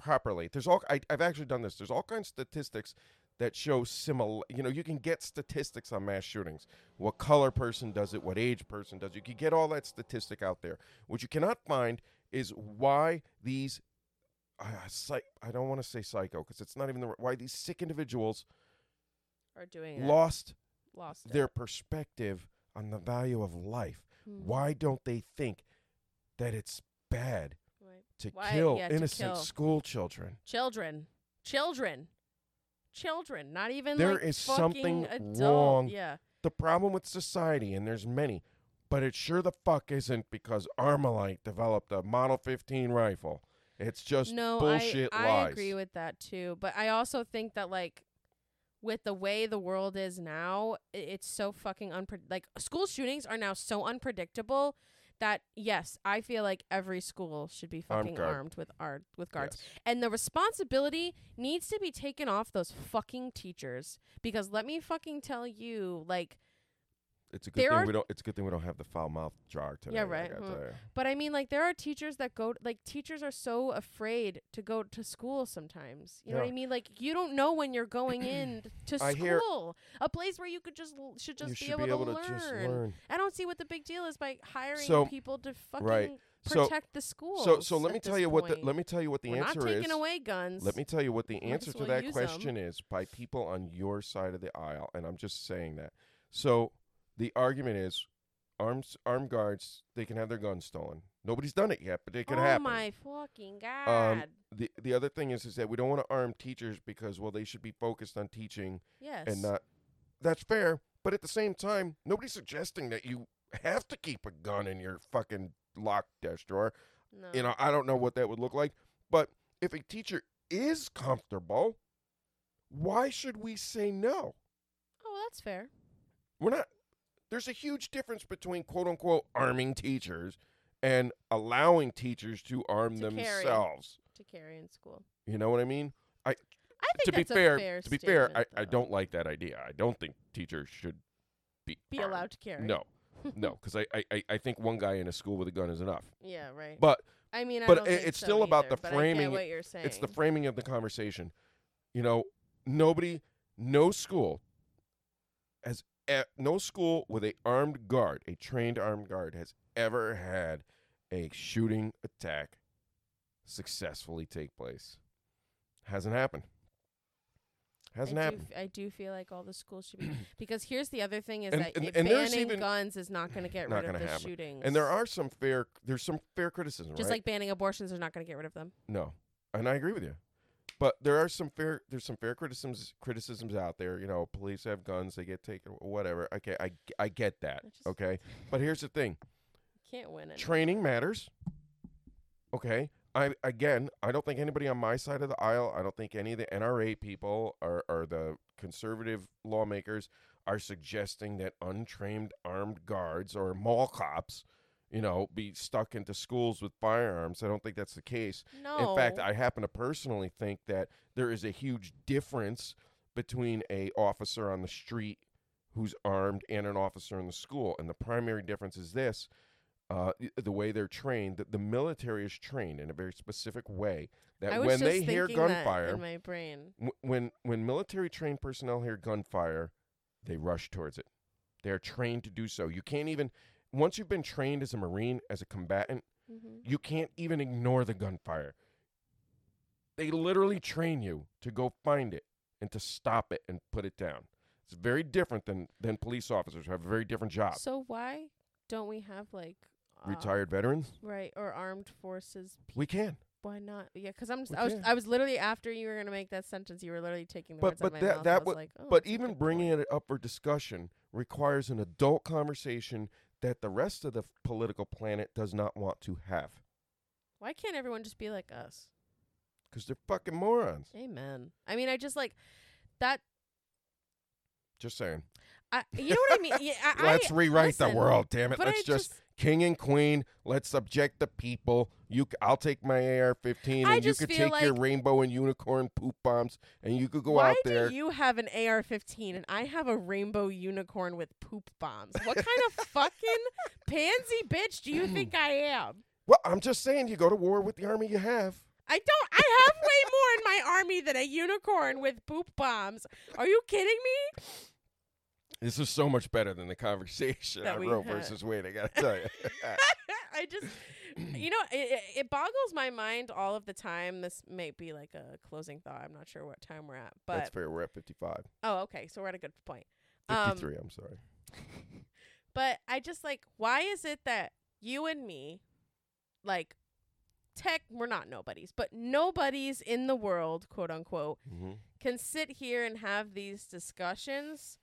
Speaker 1: properly. There's all I, I've actually done this. There's all kinds of statistics that show similar. You know, you can get statistics on mass shootings. What color person does it? What age person does it? You can get all that statistic out there. What you cannot find is why these uh, psych, I don't want to say psycho because it's not even the right, why these sick individuals
Speaker 2: are doing it.
Speaker 1: lost
Speaker 2: Lost it.
Speaker 1: their perspective on the value of life.
Speaker 2: Hmm.
Speaker 1: Why don't they think that it's bad
Speaker 2: Right.
Speaker 1: to
Speaker 2: Why-
Speaker 1: kill
Speaker 2: yeah, to
Speaker 1: innocent
Speaker 2: kill.
Speaker 1: school children.
Speaker 2: children children children not even
Speaker 1: There
Speaker 2: like,
Speaker 1: is
Speaker 2: fucking
Speaker 1: something
Speaker 2: adult.
Speaker 1: wrong.
Speaker 2: yeah
Speaker 1: The problem with society, and there's many, but it sure the fuck isn't because Armalite developed a Model 15 rifle. It's just
Speaker 2: no
Speaker 1: bullshit
Speaker 2: I,
Speaker 1: lies.
Speaker 2: I agree with that too but i also think that like with the way the world is now i- it's so fucking unpre- like school shootings are now so unpredictable that yes i feel like every school should be
Speaker 1: Armed
Speaker 2: fucking
Speaker 1: guard.
Speaker 2: armed with art with guards
Speaker 1: Yes.
Speaker 2: And the responsibility needs to be taken off those fucking teachers. Because let me fucking tell you, like,
Speaker 1: It's a good
Speaker 2: There
Speaker 1: thing
Speaker 2: are-
Speaker 1: we don't. It's a good thing we don't have the foul mouth jar today. I
Speaker 2: right, hmm.
Speaker 1: gotta
Speaker 2: huh.
Speaker 1: tell ya.
Speaker 2: But I mean, like, there are teachers that go, like, teachers are so afraid to go to school sometimes. You know what
Speaker 1: Yeah.
Speaker 2: I mean? Like, you don't know when you're going in to
Speaker 1: I hear-
Speaker 2: school, a place where you could just l- should
Speaker 1: you
Speaker 2: just
Speaker 1: should
Speaker 2: be able,
Speaker 1: be able
Speaker 2: to,
Speaker 1: to,
Speaker 2: learn.
Speaker 1: just learn.
Speaker 2: I don't see what the big deal is by hiring
Speaker 1: So-
Speaker 2: people to fucking
Speaker 1: So-
Speaker 2: protect the school.
Speaker 1: So, so let me tell you what the let me tell you what the
Speaker 2: We're
Speaker 1: answer
Speaker 2: not taking
Speaker 1: is.
Speaker 2: away guns.
Speaker 1: Let me tell you what the
Speaker 2: Might
Speaker 1: answer
Speaker 2: as
Speaker 1: to
Speaker 2: well
Speaker 1: that
Speaker 2: use
Speaker 1: question is by people on your side of the aisle, and I'm just saying that. So the argument is, arms armed guards they can have their guns stolen. Nobody's done it yet, but it could
Speaker 2: oh
Speaker 1: happen. Um,
Speaker 2: my fucking god!
Speaker 1: The the other thing is is that we don't want to arm teachers because well they should be focused on teaching
Speaker 2: yes.
Speaker 1: and not. That's fair, but at the same time, nobody's suggesting that you have to keep a gun in your fucking locked desk drawer.
Speaker 2: no.
Speaker 1: You know, I don't know what that would look like, but if a teacher is comfortable, why should we say no?
Speaker 2: oh, well, that's fair.
Speaker 1: We're not. There's a huge difference between quote unquote arming teachers and allowing teachers to arm
Speaker 2: To carry.
Speaker 1: themselves.
Speaker 2: To carry in school,
Speaker 1: You know what I mean?
Speaker 2: I think
Speaker 1: to be
Speaker 2: that's a
Speaker 1: fair,
Speaker 2: fair
Speaker 1: to be fair, I,
Speaker 2: statement,
Speaker 1: I
Speaker 2: though.
Speaker 1: don't like that idea. I don't think teachers should be
Speaker 2: be
Speaker 1: armed.
Speaker 2: allowed to carry.
Speaker 1: No, no, because I, I- I, I think one guy in a school with a gun is enough.
Speaker 2: Yeah, right.
Speaker 1: But
Speaker 2: I mean, I
Speaker 1: but
Speaker 2: don't
Speaker 1: it-
Speaker 2: think
Speaker 1: it's
Speaker 2: so
Speaker 1: still about
Speaker 2: either,
Speaker 1: the
Speaker 2: but I get
Speaker 1: framing-
Speaker 2: what you're saying.
Speaker 1: It's the framing of the conversation. You know, nobody, no school has, e- no school with a armed guard, a trained armed guard, has ever had a shooting attack successfully take place. Hasn't happened. Hasn't
Speaker 2: I
Speaker 1: happened.
Speaker 2: Do, f- I do feel like all the schools should be because here's the other thing is
Speaker 1: And-
Speaker 2: that
Speaker 1: and-
Speaker 2: it-
Speaker 1: and there's
Speaker 2: banning
Speaker 1: even-
Speaker 2: guns is not going to get
Speaker 1: Not
Speaker 2: rid of
Speaker 1: gonna
Speaker 2: the
Speaker 1: happen.
Speaker 2: shootings.
Speaker 1: And there are some fair, there's some fair criticism,
Speaker 2: just
Speaker 1: right?
Speaker 2: like banning abortions are not going to get rid of them.
Speaker 1: No, and I agree with you. But there are some fair there's some fair criticisms criticisms out there. You know, police have guns; they get taken, whatever. Okay, I I get that.
Speaker 2: I just-
Speaker 1: Okay, but here's the thing:
Speaker 2: Can't win it.
Speaker 1: training matters. Okay, I again, I don't think anybody on my side of the aisle. I don't think any of the NRA people or or the conservative lawmakers are suggesting that untrained armed guards or mall cops, you know, be stuck into schools with firearms. I don't think that's the case.
Speaker 2: no.
Speaker 1: In fact, I happen to personally think that there is a huge difference between a officer on the street who's armed and an officer in the school, and the primary difference is this: uh, y- the way they're trained. That the military is trained in a very specific way. That
Speaker 2: I was
Speaker 1: when
Speaker 2: just
Speaker 1: they hear
Speaker 2: thinking that
Speaker 1: gunfire,
Speaker 2: in my brain.
Speaker 1: w- when when military trained personnel hear gunfire, they rush towards it. They are trained to do so. You can't even once you've been trained as a marine, as a combatant,
Speaker 2: Mhm.
Speaker 1: you can't even ignore the gunfire. They literally train you to go find it and to stop it and put it down. It's very different than than police officers who have a very different job.
Speaker 2: So why don't we have like uh,
Speaker 1: Retired veterans,
Speaker 2: right or armed forces? pe-
Speaker 1: we can.
Speaker 2: Why not? Yeah, 'cause I'm. Just,
Speaker 1: We
Speaker 2: I was.
Speaker 1: can.
Speaker 2: I was literally after you were gonna make that sentence. You were literally taking the
Speaker 1: But-
Speaker 2: words out
Speaker 1: but
Speaker 2: of my
Speaker 1: that-
Speaker 2: mouth.
Speaker 1: that
Speaker 2: I was
Speaker 1: would-
Speaker 2: like, oh,
Speaker 1: but
Speaker 2: that's a
Speaker 1: even
Speaker 2: good
Speaker 1: bringing
Speaker 2: point.
Speaker 1: it up for discussion requires an adult conversation that the rest of the f- political planet does not want to have
Speaker 2: why can't everyone just be like us?
Speaker 1: because they're fucking morons.
Speaker 2: Amen. I mean, I just like that.
Speaker 1: Just saying.
Speaker 2: I, you know what I mean? Yeah, I,
Speaker 1: Let's
Speaker 2: I,
Speaker 1: rewrite the
Speaker 2: listen,
Speaker 1: world, damn it.
Speaker 2: but
Speaker 1: Let's
Speaker 2: I
Speaker 1: just king and queen. Let's subject the people. You, c- I'll take my AR-15,
Speaker 2: I
Speaker 1: and you
Speaker 2: just
Speaker 1: could
Speaker 2: feel
Speaker 1: take your
Speaker 2: like-
Speaker 1: rainbow and unicorn poop bombs, and you could go
Speaker 2: why
Speaker 1: out there.
Speaker 2: do you have an AR-15 and I have a rainbow unicorn with poop bombs? What kind of fucking pansy bitch do you think I am?
Speaker 1: well, I'm just saying, you go to war with the army you have.
Speaker 2: I don't. I have way more in my army than a unicorn with poop bombs. Are you kidding me?
Speaker 1: This is so much better than the conversation
Speaker 2: That
Speaker 1: on
Speaker 2: we
Speaker 1: Roe
Speaker 2: had.
Speaker 1: versus Wade. I gotta tell you,
Speaker 2: I just, you know, it, it- it boggles my mind all of the time. This may be like a closing thought. I'm not sure what time we're at, but
Speaker 1: that's fair. We're at 55,
Speaker 2: Oh, okay. So we're at a good point. Um,
Speaker 1: 53. I'm sorry.
Speaker 2: But I just like, why is it that you and me, like, tech, we're not nobodies, but nobodies in the world, quote unquote,
Speaker 1: hmm
Speaker 2: can sit here and have these discussions,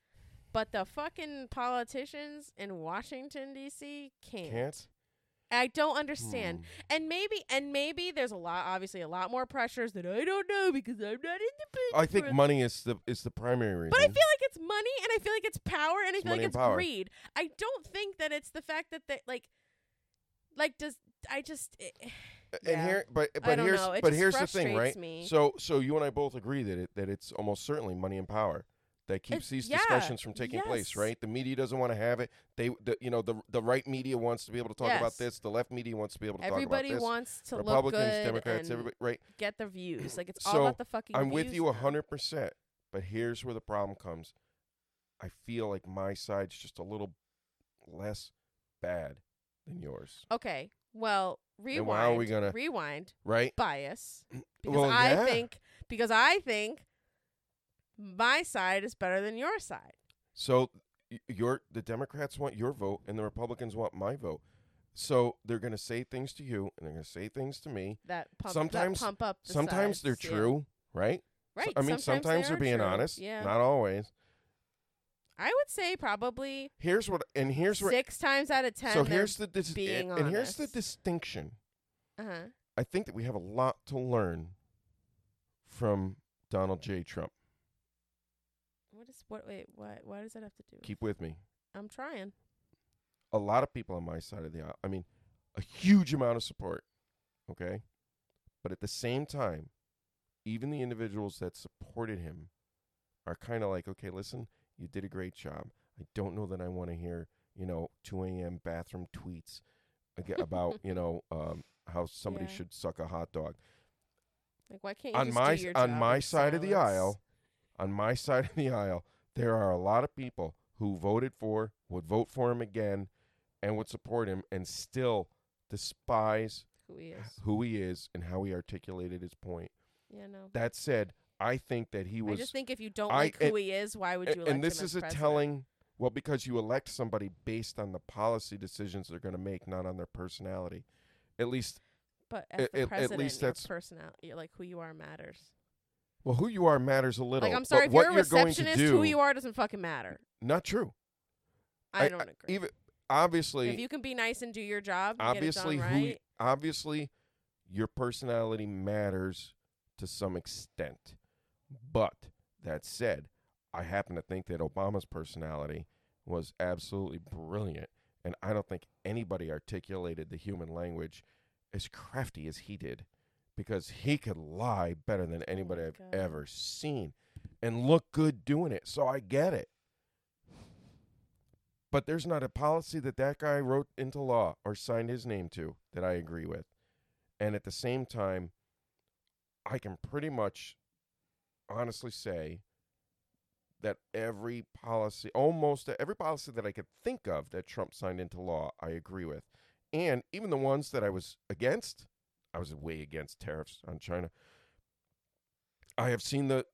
Speaker 2: but the fucking politicians in Washington, D.C. can't.
Speaker 1: Can't
Speaker 2: I don't understand.
Speaker 1: Hmm.
Speaker 2: And maybe, and maybe there's a lot, obviously, a lot more pressures that I don't know because I'm not in the
Speaker 1: I
Speaker 2: politics
Speaker 1: think
Speaker 2: world.
Speaker 1: money is the is the primary reason.
Speaker 2: But I feel like it's money and I feel like it's power and I
Speaker 1: It's
Speaker 2: feel like
Speaker 1: money and
Speaker 2: it's
Speaker 1: power.
Speaker 2: greed. I don't think that it's the fact that they like like does I just e, it,
Speaker 1: And
Speaker 2: Yeah.
Speaker 1: here, but
Speaker 2: I
Speaker 1: but
Speaker 2: don't
Speaker 1: here's
Speaker 2: know. It
Speaker 1: but
Speaker 2: just
Speaker 1: here's the thing, right?
Speaker 2: frustrates me.
Speaker 1: So so you and I both agree that it that it's almost certainly money and power that keeps
Speaker 2: It's-
Speaker 1: these
Speaker 2: yeah,
Speaker 1: discussions from taking place,
Speaker 2: yes.
Speaker 1: right? The media doesn't want to have it. They the, you know the the right media wants to be able to talk about
Speaker 2: Yes.
Speaker 1: this. The left media wants to be able to
Speaker 2: everybody
Speaker 1: talk about this.
Speaker 2: wants to look
Speaker 1: Republicans,
Speaker 2: good
Speaker 1: Democrats,
Speaker 2: and
Speaker 1: everybody, right?
Speaker 2: get the views. Like it's all
Speaker 1: So,
Speaker 2: about the fucking
Speaker 1: I'm with
Speaker 2: views
Speaker 1: you
Speaker 2: now.
Speaker 1: 100%. But here's where the problem comes. I feel like my side's just a little less bad than yours,
Speaker 2: Okay. Well, rewind.
Speaker 1: And why are we gonna-
Speaker 2: rewind
Speaker 1: right?
Speaker 2: bias because
Speaker 1: Well,
Speaker 2: I
Speaker 1: yeah.
Speaker 2: think because I think my side is better than your side.
Speaker 1: So y- your the Democrats want your vote and the Republicans want my vote. So they're going to say things to you and they're going to say things to me.
Speaker 2: That pump
Speaker 1: Sometimes-
Speaker 2: that pump up the
Speaker 1: sometimes they're
Speaker 2: sides, yeah.
Speaker 1: true, right? So-
Speaker 2: Right.
Speaker 1: I mean,
Speaker 2: they
Speaker 1: sometimes
Speaker 2: are
Speaker 1: are being
Speaker 2: true.
Speaker 1: honest.
Speaker 2: Yeah.
Speaker 1: Not always.
Speaker 2: I would say probably
Speaker 1: Here's what and here's what
Speaker 2: six times out of ten.
Speaker 1: so
Speaker 2: they're-
Speaker 1: here's the dis-
Speaker 2: being
Speaker 1: and, and here's the
Speaker 2: honest.
Speaker 1: distinction.
Speaker 2: uh-huh.
Speaker 1: I think that we have a lot to learn from Donald J. Trump.
Speaker 2: what is what? Wait, what? What does that have to do?
Speaker 1: Keep with me.
Speaker 2: I'm trying.
Speaker 1: a lot of people on my side of the aisle. I mean, a huge amount of support. Okay. But at the same time, even the individuals that supported him are kind of like, okay, listen, you did a great job. I don't know that I want to hear, you know, 2 a.m. bathroom tweets aga- about, you know, um, how somebody
Speaker 2: Yeah.
Speaker 1: should suck a hot dog.
Speaker 2: Like, why can't you
Speaker 1: on
Speaker 2: just
Speaker 1: my
Speaker 2: do your
Speaker 1: on
Speaker 2: job
Speaker 1: my
Speaker 2: in
Speaker 1: side of the
Speaker 2: silence?
Speaker 1: aisle, on my side of the aisle, there are a lot of people who voted for, would vote for him again, and would support him, and still despise
Speaker 2: Who he is?
Speaker 1: who he is and how he articulated his point.
Speaker 2: Yeah, no.
Speaker 1: That said, I think that he was.
Speaker 2: I just think if you don't
Speaker 1: I-
Speaker 2: like who
Speaker 1: and-
Speaker 2: he is, why would
Speaker 1: a-
Speaker 2: you? Elect
Speaker 1: and this
Speaker 2: him
Speaker 1: is
Speaker 2: as
Speaker 1: a
Speaker 2: president?
Speaker 1: telling. Well, because you elect somebody based on the policy decisions they're going to make, not on their personality. At least,
Speaker 2: But
Speaker 1: a-
Speaker 2: as
Speaker 1: at-
Speaker 2: the
Speaker 1: at
Speaker 2: president,
Speaker 1: least
Speaker 2: your
Speaker 1: that's-
Speaker 2: personality, like who you are, matters.
Speaker 1: well, who you are matters a little.
Speaker 2: Like I'm sorry,
Speaker 1: but
Speaker 2: if
Speaker 1: what
Speaker 2: you're a receptionist,
Speaker 1: going to do,
Speaker 2: who you are doesn't fucking matter.
Speaker 1: Not true.
Speaker 2: I, don't agree.
Speaker 1: Even obviously,
Speaker 2: if you can be nice and do your job, and
Speaker 1: obviously,
Speaker 2: get it
Speaker 1: who,
Speaker 2: done
Speaker 1: you-
Speaker 2: right.
Speaker 1: obviously, your personality matters to some extent. But that said, I happen to think that Obama's personality was absolutely brilliant, and I don't think anybody articulated the human language as crafty as he did, because he could lie better than anybody
Speaker 2: Oh my
Speaker 1: I've
Speaker 2: God.
Speaker 1: ever seen, and look good doing it. So I get it. But there's not a policy that that guy wrote into law or signed his name to that I agree with. And at the same time, I can pretty much honestly say that every policy, almost every policy that I could think of that Trump signed into law, I agree with. And even the ones that I was against, I was way against tariffs on China. I have seen the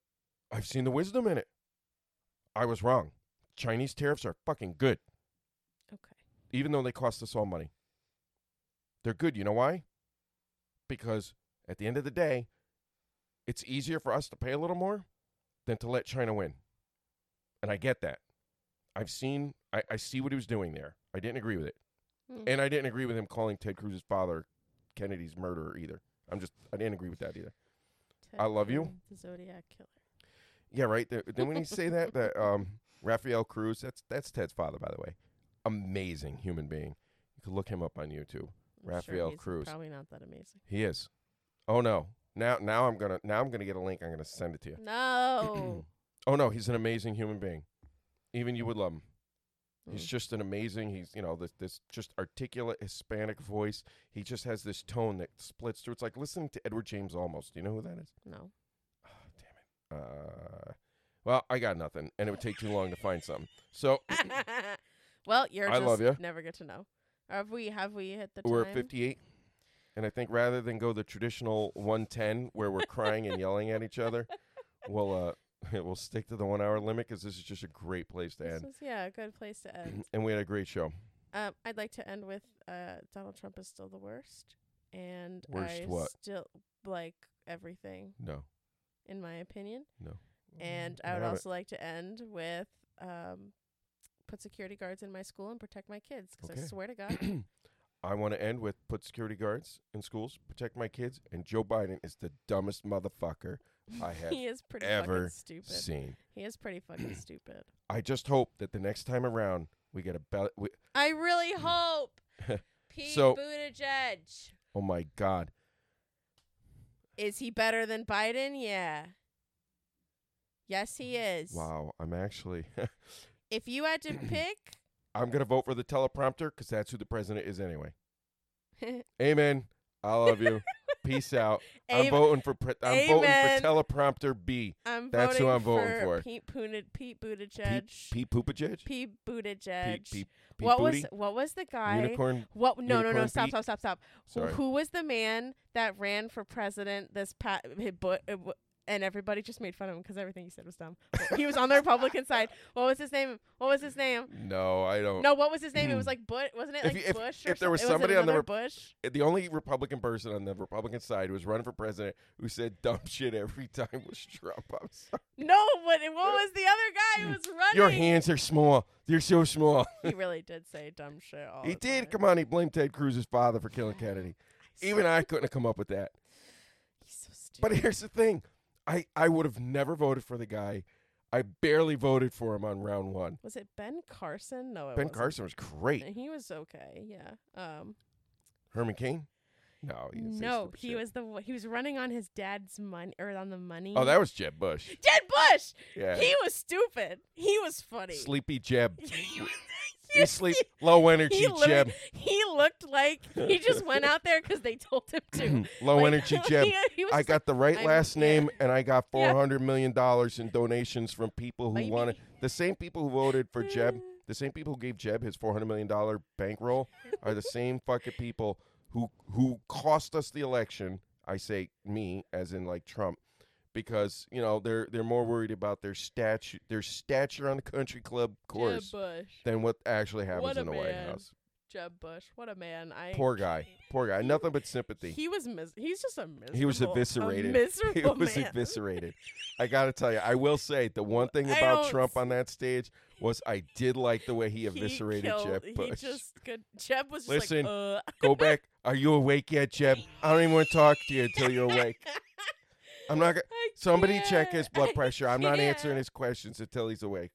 Speaker 1: I've seen the wisdom in it. I was wrong. Chinese tariffs are fucking good,
Speaker 2: Okay.
Speaker 1: even though they cost us all money. They're good. You know why? Because at the end of the day, it's easier for us to pay a little more than to let China win. And I get that. I've seen, I, I see what he was doing there. I didn't agree with it.
Speaker 2: Mm.
Speaker 1: And I didn't agree with him calling Ted Cruz's father Kennedy's murderer either. I'm just, I didn't agree with that either. I love you.
Speaker 2: Ted Cruz, The Zodiac killer.
Speaker 1: Yeah, right. Th- Then when you say that, that um, Raphael Cruz, that's that's Ted's father, by the way. Amazing human being. You can look him up on YouTube.
Speaker 2: I'm
Speaker 1: Raphael
Speaker 2: sure he's
Speaker 1: Cruz.
Speaker 2: Probably not that amazing.
Speaker 1: He is. Oh no. Now now I'm gonna now I'm gonna get a link. I'm gonna send it to you.
Speaker 2: No.
Speaker 1: Oh no, he's an amazing human being. Even you would love him. He's
Speaker 2: Mm.
Speaker 1: just an amazing. He's you know this this just articulate Hispanic voice. He just has this tone that splits through. It's like listening to Edward James Almost. Do you know who that is?
Speaker 2: no.
Speaker 1: Oh, damn it. Uh, well, I got nothing, and it would take too long to find something. So
Speaker 2: well, you're
Speaker 1: I
Speaker 2: just
Speaker 1: love ya.
Speaker 2: never get to know. Have we have we hit the
Speaker 1: we're at
Speaker 2: time?
Speaker 1: 58, and I think rather than go the traditional 110 where we're crying and yelling at each other, we'll uh, we'll stick to the one hour limit because this is just a great place to
Speaker 2: This
Speaker 1: end.
Speaker 2: was, yeah, a good place to end.
Speaker 1: And we had a great show.
Speaker 2: Um, I'd like to end with uh, Donald Trump is still the worst, and
Speaker 1: Worst
Speaker 2: I
Speaker 1: what?
Speaker 2: still like everything
Speaker 1: No,
Speaker 2: in my opinion.
Speaker 1: no.
Speaker 2: And
Speaker 1: Mm,
Speaker 2: I would
Speaker 1: have it.
Speaker 2: also like to end with um, put security guards in my school and protect my kids 'cause
Speaker 1: Okay.
Speaker 2: I swear to God,
Speaker 1: I want to end with put security guards in schools, protect my kids, and Joe Biden is the dumbest motherfucker I have
Speaker 2: he is pretty
Speaker 1: ever
Speaker 2: fucking stupid.
Speaker 1: seen.
Speaker 2: He is pretty fucking stupid.
Speaker 1: I just hope that the next time around we get a ballot. We,
Speaker 2: I really hope Pete
Speaker 1: So-
Speaker 2: Buttigieg
Speaker 1: oh my God!
Speaker 2: is he better than Biden? Yeah. Yes, he is.
Speaker 1: Mm, Wow, I'm actually.
Speaker 2: If you had to pick,
Speaker 1: I'm gonna vote for the teleprompter because that's who the president is anyway. Amen. I love you. Peace out. I'm
Speaker 2: Am-
Speaker 1: voting for. Pre- I'm voting
Speaker 2: Amen.
Speaker 1: for teleprompter B.
Speaker 2: I'm
Speaker 1: That's who
Speaker 2: voting
Speaker 1: I'm voting for.
Speaker 2: Pete, Puna- Pete Buttigieg.
Speaker 1: Pete Poopajaj.
Speaker 2: Pete Buttigieg.
Speaker 1: Pete. Pete. Pete
Speaker 2: what
Speaker 1: Booty?
Speaker 2: was what was the guy?
Speaker 1: Unicorn.
Speaker 2: What? No, no,
Speaker 1: Unicorn
Speaker 2: no! Stop,
Speaker 1: Pete?
Speaker 2: stop, stop, stop! Who-
Speaker 1: Sorry.
Speaker 2: Who was the man that ran for president? This pat, eh, and everybody just made fun of him because everything he said was dumb. he was on the Republican side. What was his name? What was his name?
Speaker 1: No, I don't.
Speaker 2: No, what was his name? It was like Bush, wasn't it?
Speaker 1: Oh. Hmm. If
Speaker 2: Like
Speaker 1: you- if-
Speaker 2: Bush.
Speaker 1: if
Speaker 2: Or
Speaker 1: there was
Speaker 2: some- it
Speaker 1: somebody on the
Speaker 2: another
Speaker 1: rep-
Speaker 2: Bush.
Speaker 1: The only Republican person on the Republican side who was running for president who said dumb shit every time was Trump. I'm sorry.
Speaker 2: No, but it- what was the other guy who was running?
Speaker 1: Uh, Your hands are small. They're so small.
Speaker 2: He really did say dumb shit. All
Speaker 1: He
Speaker 2: the
Speaker 1: did.
Speaker 2: Time.
Speaker 1: Come on. He blamed Ted Cruz's father for killing Kennedy. Even I couldn't have come up with that.
Speaker 2: He's so stupid.
Speaker 1: But here's the thing. I, I would have never voted for the guy. I barely voted for him on round one.
Speaker 2: was it Ben Carson? No, Oh, it
Speaker 1: Ben
Speaker 2: wasn't.
Speaker 1: Carson was great.
Speaker 2: He was okay. Yeah. Um.
Speaker 1: Herman Cain? No. He Oh, didn't say
Speaker 2: No,
Speaker 1: stupid
Speaker 2: he
Speaker 1: shit.
Speaker 2: was the one- he was running on his dad's money or on the money.
Speaker 1: Oh, that was Jeb Bush.
Speaker 2: Jeb Bush.
Speaker 1: Yeah.
Speaker 2: He was stupid. He was funny.
Speaker 1: Sleepy Jeb.
Speaker 2: He was-
Speaker 1: He sleep low energy
Speaker 2: he, literally-
Speaker 1: Jeb.
Speaker 2: he looked like he just went out there because they told him to.
Speaker 1: Low
Speaker 2: Like,
Speaker 1: Oh, energy Jim.
Speaker 2: yeah, he was
Speaker 1: I
Speaker 2: just
Speaker 1: got the right
Speaker 2: I'm-
Speaker 1: last
Speaker 2: yeah.
Speaker 1: name, and I got
Speaker 2: Yeah.
Speaker 1: four hundred million dollars in donations from people who
Speaker 2: Baby.
Speaker 1: wanted the same people who voted for Jeb,
Speaker 2: Mm.
Speaker 1: the same people who gave Jeb his four hundred million dollar bankroll, are the same fucking people who who cost us the election. I say me, as in like Trump, because you know they're they're more worried about their statue their stature on the country club
Speaker 2: like,
Speaker 1: course
Speaker 2: Jeb Bush.
Speaker 1: than what actually happens
Speaker 2: What a
Speaker 1: in the White
Speaker 2: man.
Speaker 1: House.
Speaker 2: Jeb Bush. What a man. I
Speaker 1: Poor guy, poor guy, nothing but sympathy.
Speaker 2: He was mis- he's just a miserable.
Speaker 1: He was
Speaker 2: a
Speaker 1: eviscerated. He
Speaker 2: miserable
Speaker 1: was
Speaker 2: man.
Speaker 1: eviscerated. I got to tell you, I will say the one thing
Speaker 2: I
Speaker 1: about
Speaker 2: don't
Speaker 1: Trump on that stage was I did like the way he eviscerated
Speaker 2: killed-
Speaker 1: Jeb Bush.
Speaker 2: He just could. Jeb was just
Speaker 1: Listen,
Speaker 2: like, uh,
Speaker 1: Go back. Are you awake yet, Jeb? I don't even want to talk to you until you're awake. I'm not. Gonna,
Speaker 2: I
Speaker 1: somebody check his
Speaker 2: can't. I
Speaker 1: blood pressure. I'm not
Speaker 2: can't.
Speaker 1: answering his questions until he's awake.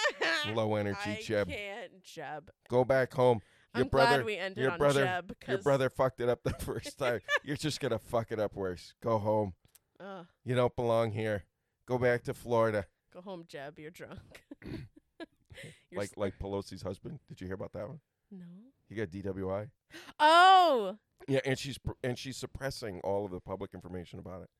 Speaker 1: Low energy,
Speaker 2: I
Speaker 1: Jeb.
Speaker 2: can't, Jeb.
Speaker 1: Go back home. Your
Speaker 2: I'm
Speaker 1: brother.
Speaker 2: glad we ended
Speaker 1: your
Speaker 2: on
Speaker 1: brother-
Speaker 2: Jeb.
Speaker 1: your
Speaker 2: 'cause,
Speaker 1: brother fucked it up the first time. You're just gonna fuck it up worse. Go home.
Speaker 2: ugh,
Speaker 1: You don't belong here. Go back to Florida.
Speaker 2: uh, go home, Jeb. You're drunk. You're
Speaker 1: Like
Speaker 2: s-
Speaker 1: like Pelosi's husband. Did you hear about that one?
Speaker 2: no.
Speaker 1: He got DWI.
Speaker 2: Oh,
Speaker 1: Yeah, and she's pr- and she's suppressing all of the public information about it.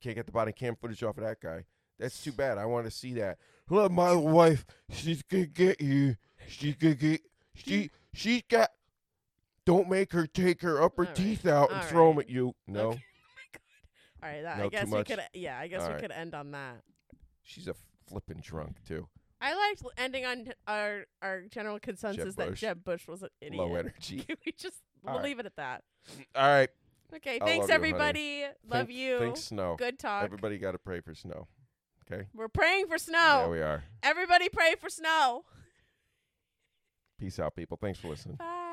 Speaker 1: Can't get the body cam footage off of that guy. That's too bad. I want to see that. Look, my wife, she's gonna get you. She's gonna get she. She's got. Don't make her take her upper
Speaker 2: All right.
Speaker 1: teeth out and
Speaker 2: All
Speaker 1: throw 'em
Speaker 2: right.
Speaker 1: at you. No,
Speaker 2: Okay. all right. That,
Speaker 1: No,
Speaker 2: I
Speaker 1: too
Speaker 2: guess we
Speaker 1: much.
Speaker 2: could. Yeah, I guess
Speaker 1: All
Speaker 2: we
Speaker 1: right.
Speaker 2: could end on that.
Speaker 1: she's a flippin' drunk too.
Speaker 2: I liked l- ending on our our general consensus that
Speaker 1: Bush.
Speaker 2: Jeb Bush was an idiot.
Speaker 1: Low energy.
Speaker 2: Can we just
Speaker 1: All
Speaker 2: we'll
Speaker 1: right.
Speaker 2: leave it at that?
Speaker 1: All right.
Speaker 2: Okay.
Speaker 1: I
Speaker 2: thanks,
Speaker 1: love you, honey.
Speaker 2: everybody. love
Speaker 1: think-
Speaker 2: you.
Speaker 1: Think snow.
Speaker 2: Good talk.
Speaker 1: Everybody got to pray for snow. Okay.
Speaker 2: We're praying for
Speaker 1: There
Speaker 2: snow.
Speaker 1: we are.
Speaker 2: everybody pray for snow.
Speaker 1: Peace out, people. Thanks for listening.
Speaker 2: Bye.